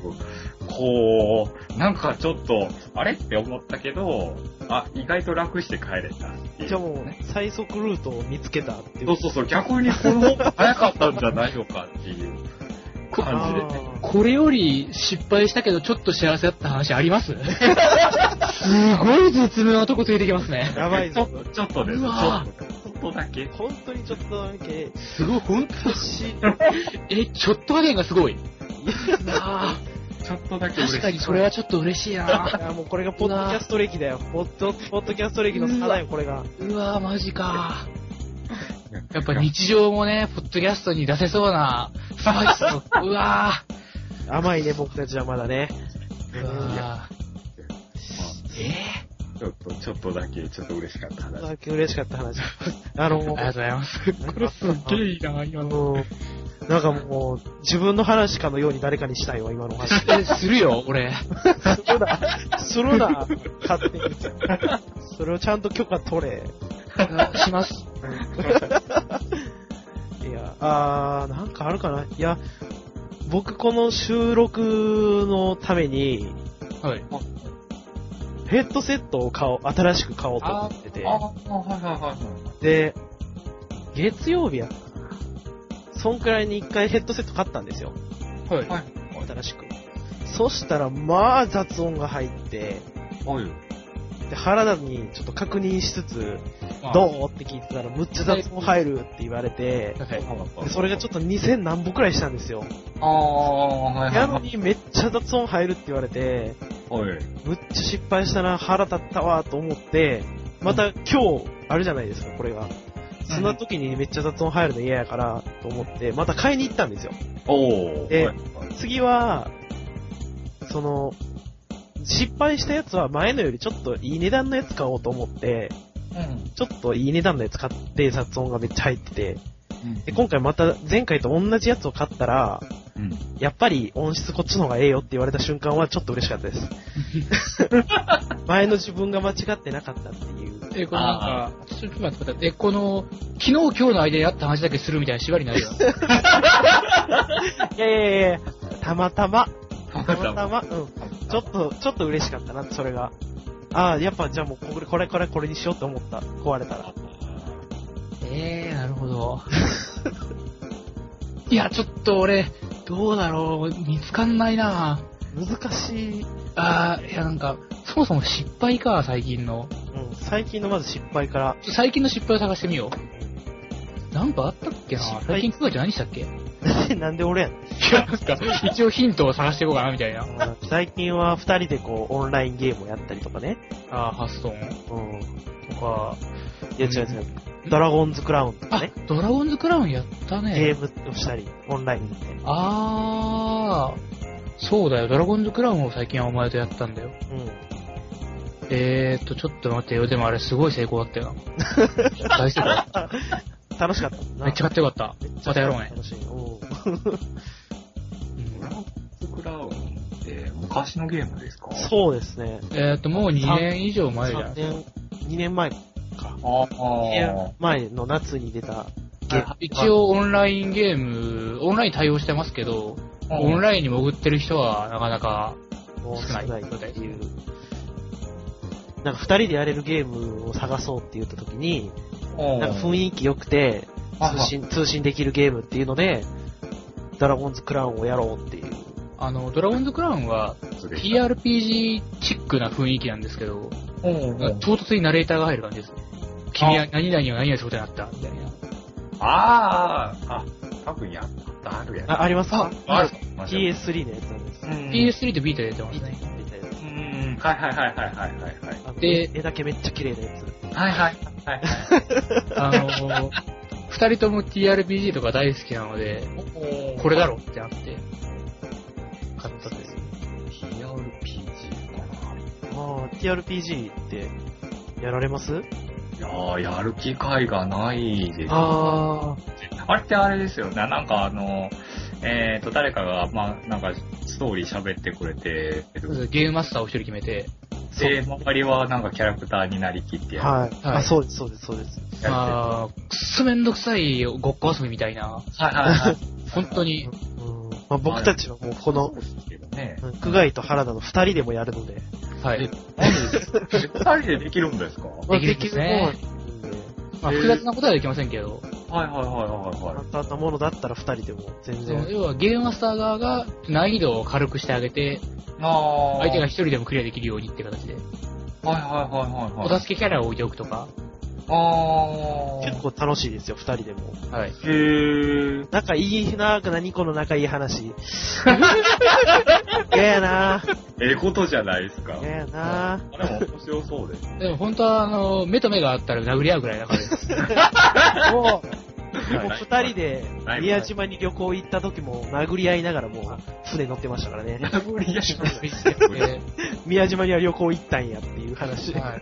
こう、なんかちょっと、あれって思ったけど、あ、意外と楽して帰れたっていう。じゃあもう、最速ルートを見つけたっていう。そうそうそう、逆にこの方が早かったんじゃないのかっていう感じでね。あこれより失敗したけどちょっと幸せだった話ありますすごい絶妙なとこついてきますねー。やばいちょぞっ。と、ちょっとです。ちうょわっーとちょっとだけ。本当にちょっとだ (laughs) け、すごい、ほんと腰、え、ちょっと加減がすごい。あちょっとだーけ嬉しい確かにそれはちょっと嬉しいなあもうこれがポッドキャスト歴だよ。ポッド、ポッドキャスト歴の差だよ、これが。うわー、マジかやっぱ日常もね、ポッドキャストに出せそうなスパイスの、うわ甘いね、僕たちはまだね。ー。いうやわーえちょっと、ちょっとだけ、ちょっと嬉しかった話。だけ嬉しかった (laughs) 話。あのー、ありがとうございます。これすっげえいいな、今の。うんなんかもう、自分の話かのように誰かにしたいわ、今の (laughs) 話。え、する (laughs) よ、俺。するな、するな、勝手に。それをちゃんと許可取 (laughs) れ。します。いや、あー、なんかあるかないや、僕この収録のために、はい。ヘッドセットを買おう、新しく買おうと思ってて。あー、はいはいはいはい。で、月曜日や、そんくらいに一回ヘッドセット買ったんですよ。はい。はい新しく。そしたら、まあ雑音が入って、はい。で、原田にちょっと確認しつつ、どうって聞いてたら、むっちゃ雑音入るって言われて、はい。でそれがちょっと2000何歩くらいしたんですよ。ああ、はいなはのにめっちゃ雑音入るって言われて、いはい。はい。むっちゃ失敗したな、腹立ったわ、と思って、また今日、あるじゃないですか、これが。そんな時にめっちゃ雑音入るの嫌やから、と思って、また買いに行ったんですよ。おー。えはいはい次は、その、失敗したやつは前のよりちょっといい値段のやつ買おうと思って、うんちょっといい値段のやつ買って、雑音がめっちゃ入ってて、うんで、今回また前回と同じやつを買ったら、うんやっぱり音質こっちの方がええよって言われた瞬間はちょっと嬉しかったです。前の自分が間違ってなかったっていう。え、このなんか、ちょっと今使った。え、この、昨日今日の間にあった話だけするみたいな縛りないよ。いやいやいやたまたま、たまたたままたま、うん。ちょっと、ちょっと嬉しかったな、それが。ああ、やっぱじゃあもうこれ、これ、これ、これにしようと思った。壊れたら。えー、なるほど。 (laughs) いや、ちょっと俺、どうだろう。見つかんないな難しい。あー、いや、なんか、そもそも失敗か、最近の。うん、最近のまず失敗から。 (laughs) ちょ最近の失敗を探してみよう。なんかあったっけな失敗最近9月何したっけいなんで俺やねんや、なんか、一応ヒントを探していこうかな、みたいな。まあ最近は二人でこう、オンラインゲームをやったりとかね。あー、ハストンうん。とか。いや違う違う。ドラゴンズクラウンとかあね。、ドラゴンズクラウンやったね。ゲームをしたり、オンラインで。あー、そうだよ。ドラゴンズクラウンを最近はお前とやったんだよ。うえーっと、ちょっと待ってよ。でもあれすごい成功だったよな。大成 (laughs) 功。ん。楽しかったもんな。めっちゃ買ってよかった。またやろうね。楽しい。おううんブラッククラウンって昔のゲームですかそうですね。えーっと、もう2年以上前じゃ3ん。年、2年前、あ年あ。前の夏に出たゲーム。一応オンラインゲーム、オンライン対応してますけど、オンイラインに潜ってる人はなかなか、もう少ないっていう。なんか二人でやれるゲームを探そうって言った時に、ンなんか雰囲気良くて、通信、通信できるゲームっていうので、ドラゴンズクラウンをやろうっていう。あの、ドラゴンズクラウンは TRPG チックな雰囲気なんですけど、唐突にナレーターが入る感じです。君は何々を何々することになった、みたいな。ああ、あ、多分やった、あるやん。あ、ありますかある。 ?PS3 のやつなんです。 PS3 とビータで出てまビすータねみ。たいなやつうん、はいはいはいはいはいはい。はいあので絵だけめっちゃ綺麗なやつ。はいはいはい。あの、二人とも TRPG とか大好きなので、これだろってなって、買ったんです。 TRPG かな。ああ、TRPG って、やられますいやー、やる機会がないです。ああれってあれですよね。なんかあの、えっ、と、誰かが、まあ、なんか、ストーリー喋ってくれて、ゲームマスターを一人決めて、で、周りはなんかキャラクターになりきってあ、やる。はい。はいあ、そうです、そうです、そうです。やまあ、くっそめんどくさいごっこ遊びみたいな、っててはいはい (laughs) はい。本当に、うんまあ、僕たちはもうこのそう、ですけどね。うん久我井と原田の二人でもやるので、はい。なんで、二人でできるんですかはいまあできるんですねできるもんなんでまあ、複雑なことはできませんけど、はいはいはいは簡単なものだったら二人でも全その然。要はゲームマスター側が難易度を軽くしてあげて、い。ああ。相手が一人でもクリアできるようにって形で、はいはいはいはい、おはい。助けキャラを置いておくとか、ああ。結構楽しいですよ、二人でも。はい。へー。仲いいなぁ、何この仲いい話。嫌やなぁ、ええことじゃないですか。嫌やなぁ。あれも面白そうです。でも本当は、あの、目と目があったら殴り合うぐらいだからです。もう、もはうい二人ではい宮島に旅行行った時も殴り合いながらもう船乗ってましたからね。殴り合いえ宮島には旅行行ったんやっていう話。ーはい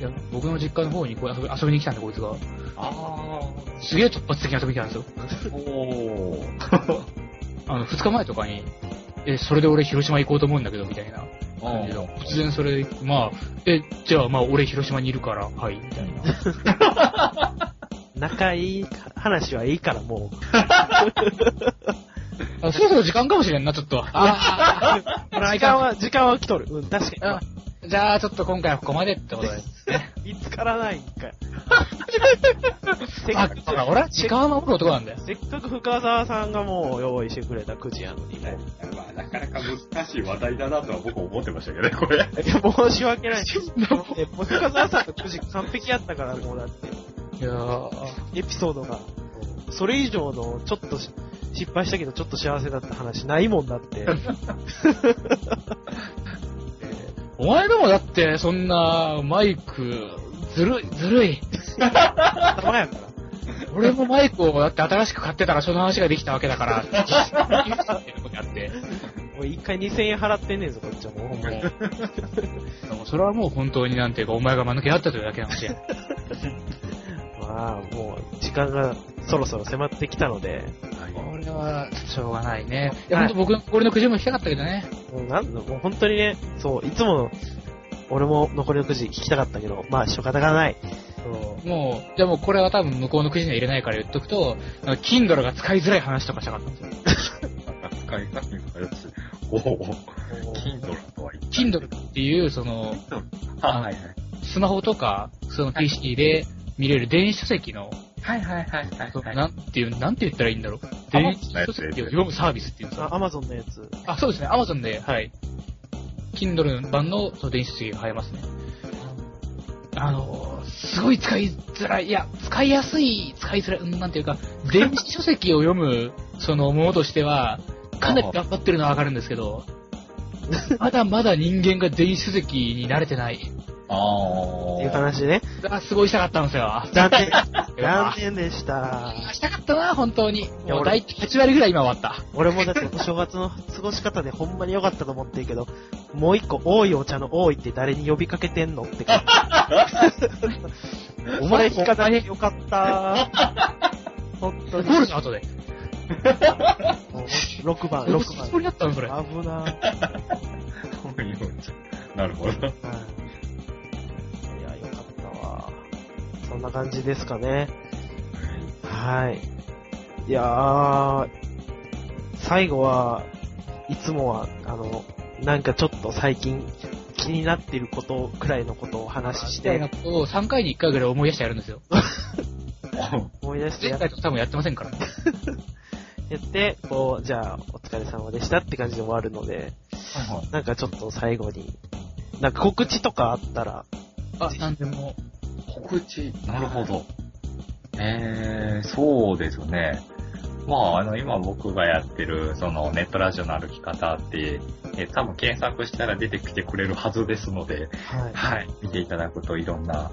いや僕の実家の方にこう遊び遊びに来たんで、こいつが。あすげえ突発的な遊びに来たんですよ。あ。おー。あの、二日前とかに、え、それで俺広島行こうと思うんだけど、みたいな感じで、突然それ、まあ、え、じゃあまあ俺広島にいるから、はい、みたいな。仲いい話はいいからもう。あそろそろ時間かもしれんな、ちょっと。あ時間は、時間は来とる。うん、確かあ、じゃあちょっと今回はここまでってことで。に。見つからないん (laughs) かい。せっあ、かだくから俺は時間を守る男なんだよ。せっかく深澤さんがもう用意してくれたくじやのに。もうまあ、なかなか難しい話題だなとは僕思ってましたけどね、これ。いや申し訳ない。えもう深澤さんのくじ完璧やったから、もうだって。いやーエピソードが。それ以上の、ちょっとし失敗したけど、ちょっと幸せだった話ないもんだって。お前のもだって、そんな、マイク、ずるい、ずるい。頭やから。俺もマイクを、だって新しく買ってたらその話ができたわけだから。っていうことやって。もう一回2000円払ってんねんぞ、こっちはもうほん (laughs) まに。もうそれはもう本当になんていうか、お前が間抜けだったというだけの話や。まあ、もう、時間がそろそろ迫ってきたので、これは、しょうがないね。いや、はいほんと僕の、俺のくじも引きたかったけどね。もうなんだ、もう本当にね、そう、いつもの、俺も残りのくじ聞きたかったけど、まあ、仕方がない。もう、じゃあもうこれは多分向こうのくじには入れないから言っとくと、あの Kindle が使いづらい話とかしたかったんですよ。使い方に変えつおお、Kindle とは言 Kindle っていう、その、はいはいはい。スマホとか、その PC で見れる電子書籍の、はいはいはいそのはい。なんていう、なんて言ったらいいんだろう。電子書籍を読むサービスっていうんですあか。アマゾンのやつ。あ、そうですね。Amazon で、はい。Kindle 版のその電子書籍が買えますね。あの、すごい使いづらい、いや、使いやすい、使いづらい、うんなんていうか、電子書籍を読む、 (laughs) そのものとしては、かなり頑張ってるのはわかるんですけど、まだまだ人間が電子書籍に慣れてない。あっていう話ね。あ、すごいしたかったんですよ。残念。 (laughs) いや残念でした。あしたかったな、本当に。やもう俺大体8割ぐらい今終わった。俺もだってお正月の過ごし方でほんまに良かったと思ってるけど、もう一個多いお茶の多いって誰に呼びかけてんのって感 (laughs) じ。お前引かなきゃよかった。本ゴ当に。ールの後で。 6番、俺6そこにあったの、それ。番。危ななるほど。い。いや、よかったわ。そんな感じですかね。はい。いやー、最後はいつもは、あの、なんかちょっと最近気になってることくらいのことをお話ししみたいなて、ことを3回に1回ぐらい思い出してやるんですよ。思い出してや前っ回とか多分やってませんから。はやって、こう、じゃあお疲れ様でしたって感じで終わるので、なんかちょっと最後に、なんか告知とかあったら、あ、なんでも。告知。なるほど。えー、そうですね。まあ、あの、今僕がやってる、その、ネットラジオの歩き方って、えー多分検索したら出てきてくれるはずですので、はい。はい。見ていただくといろんな、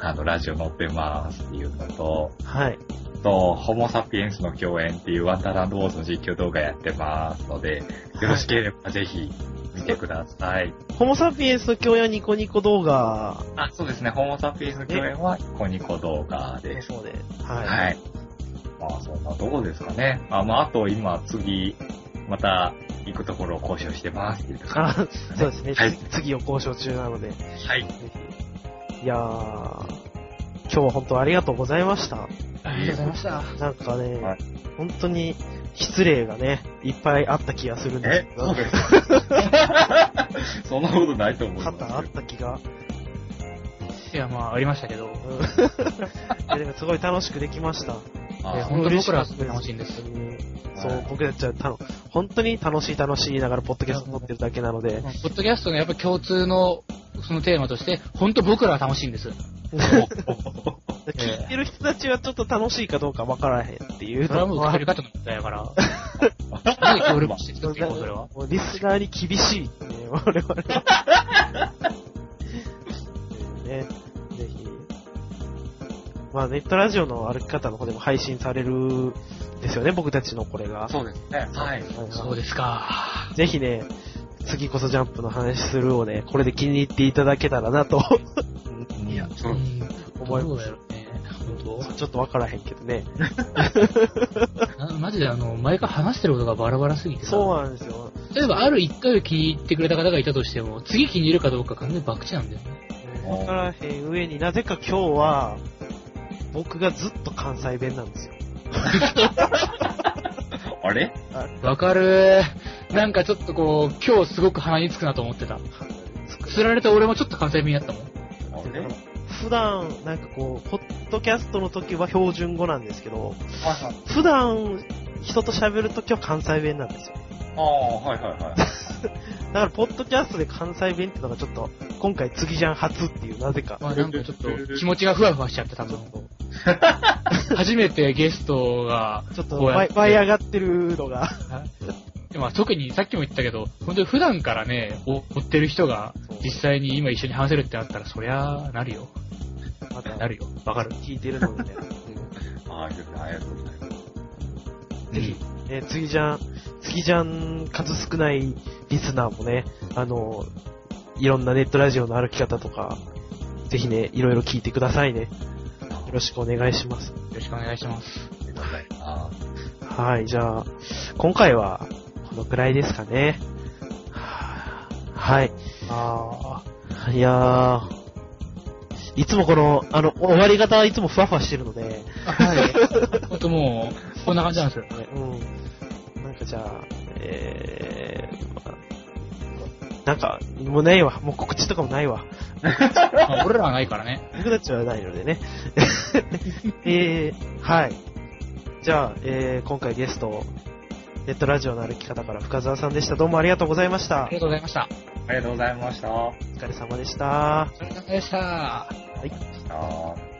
あの、ラジオ載ってますっていうのと、はい。あと、ホモサピエンスの共演っていうワンダーランドウォーズの実況動画やってますので、よろしければぜひ、見てください。ホモサピエンスの教養ニコニコ動画あ、そうですね。ホモサピエンスの共演はニコニコ動画でです。そうで、はい。はい。まあ、そんなとこですかね。あ、まあ、あと今、次、また、行くところを交渉してますっていうところあそうですね、はい次次を交渉中なので、ぜはい。ひ。いやー、今日は本当ありがとうございました。ありがとうございました。なんかね、はい本当に失礼がね、いっぱいあった気がするんですえけ、どそう、です (laughs) そんなことないと思い多ます々あった気が。いや、まあ、ありましたけど。うんいやでもすごい楽しくできました。あえー本当に僕らすごい楽しいんです本当にそはうい、僕たちはたの本当に楽しい楽しい言いながら、ポッドキャスト撮ってるだけなので、ポッドキャストのやっぱ共通の、そのテーマとして、本当僕らは楽しいんです。聞いてる人たちはちょっと楽しいかどうかわからへんっていうそれはのもうは作り方の問題だ (laughs) から。すごい協力して作っていこう、それは。もうリスナーに厳しいってね、我々は。ね、ぜひ。まあ、ネットラジオの歩き方の方でも配信されるんですよね、僕たちのこれが。そうですね。はい。はいそうですか。ぜひね、次こそジャンプの話するをね、これで気に入っていただけたらなといや、そうう。ん。思いどまうやろうね。本す。ちょっとわからへんけどね。当なマジであの、毎回話してることがバラバラすぎてさそうなんですよ。例えばある一回を気に入ってくれた方がいたとしても、次気に入るかどうか完全に博打なんだよね。わからへん上になぜか今日は、僕がずっと関西弁なんですよ。あれわかるー。なんかちょっとこう、今日すごく鼻につくなと思ってた。釣られた俺もちょっと関西弁やったもん。あってれいうか普段、なんかこう、ポッドキャストの時は標準語なんですけど、あ普段、人と喋る時は関西弁なんですよ。あ、はいはいはい。だから、ポッドキャストで関西弁ってのがちょっと、今回、次じゃん初っていう、なぜか。まあなんかちょっ (laughs) と気持ちがふわふわしちゃってたちょのっ。と、初めてゲストが、ちょっとこうや舞っい、て舞い上がってるのが、まあ特にさっきも言ったけど、本当に普段からね、お追ってる人が実際に今一緒に話せるってなったら、そりゃあなるよ。また、なるよ。わかる。聞いてるのでね。ああ、りがとうございます。ぜひ、えー次じゃん、次じゃん、数少ないリスナーもね、あの、いろんなネットラジオの歩き方とか、ぜひね、いろいろ聞いてくださいね。よろしくお願いします。よろしくお願いします。あはい、じゃあ、今回はこのくらいですかね。はあはい。あいやー、いつもこの、あの、終わり方はいつもふわふわしてるので、あ。 (laughs) はい。ほんともう、こんな感じなんですよ。うん。なんかじゃあ、えー、まあなんか、もうないわ。もう告知とかもないわ。まあ俺らはないからね。僕たちはないのでね。 (laughs) えー、はい。じゃあ、えー、今回ゲスト、ネットラジオの歩き方から深澤さんでした。どうもありがとうございましたあり。がとうございました。りがとうございました。あお疲れ様でした。お疲れ様でした。りがとうございました。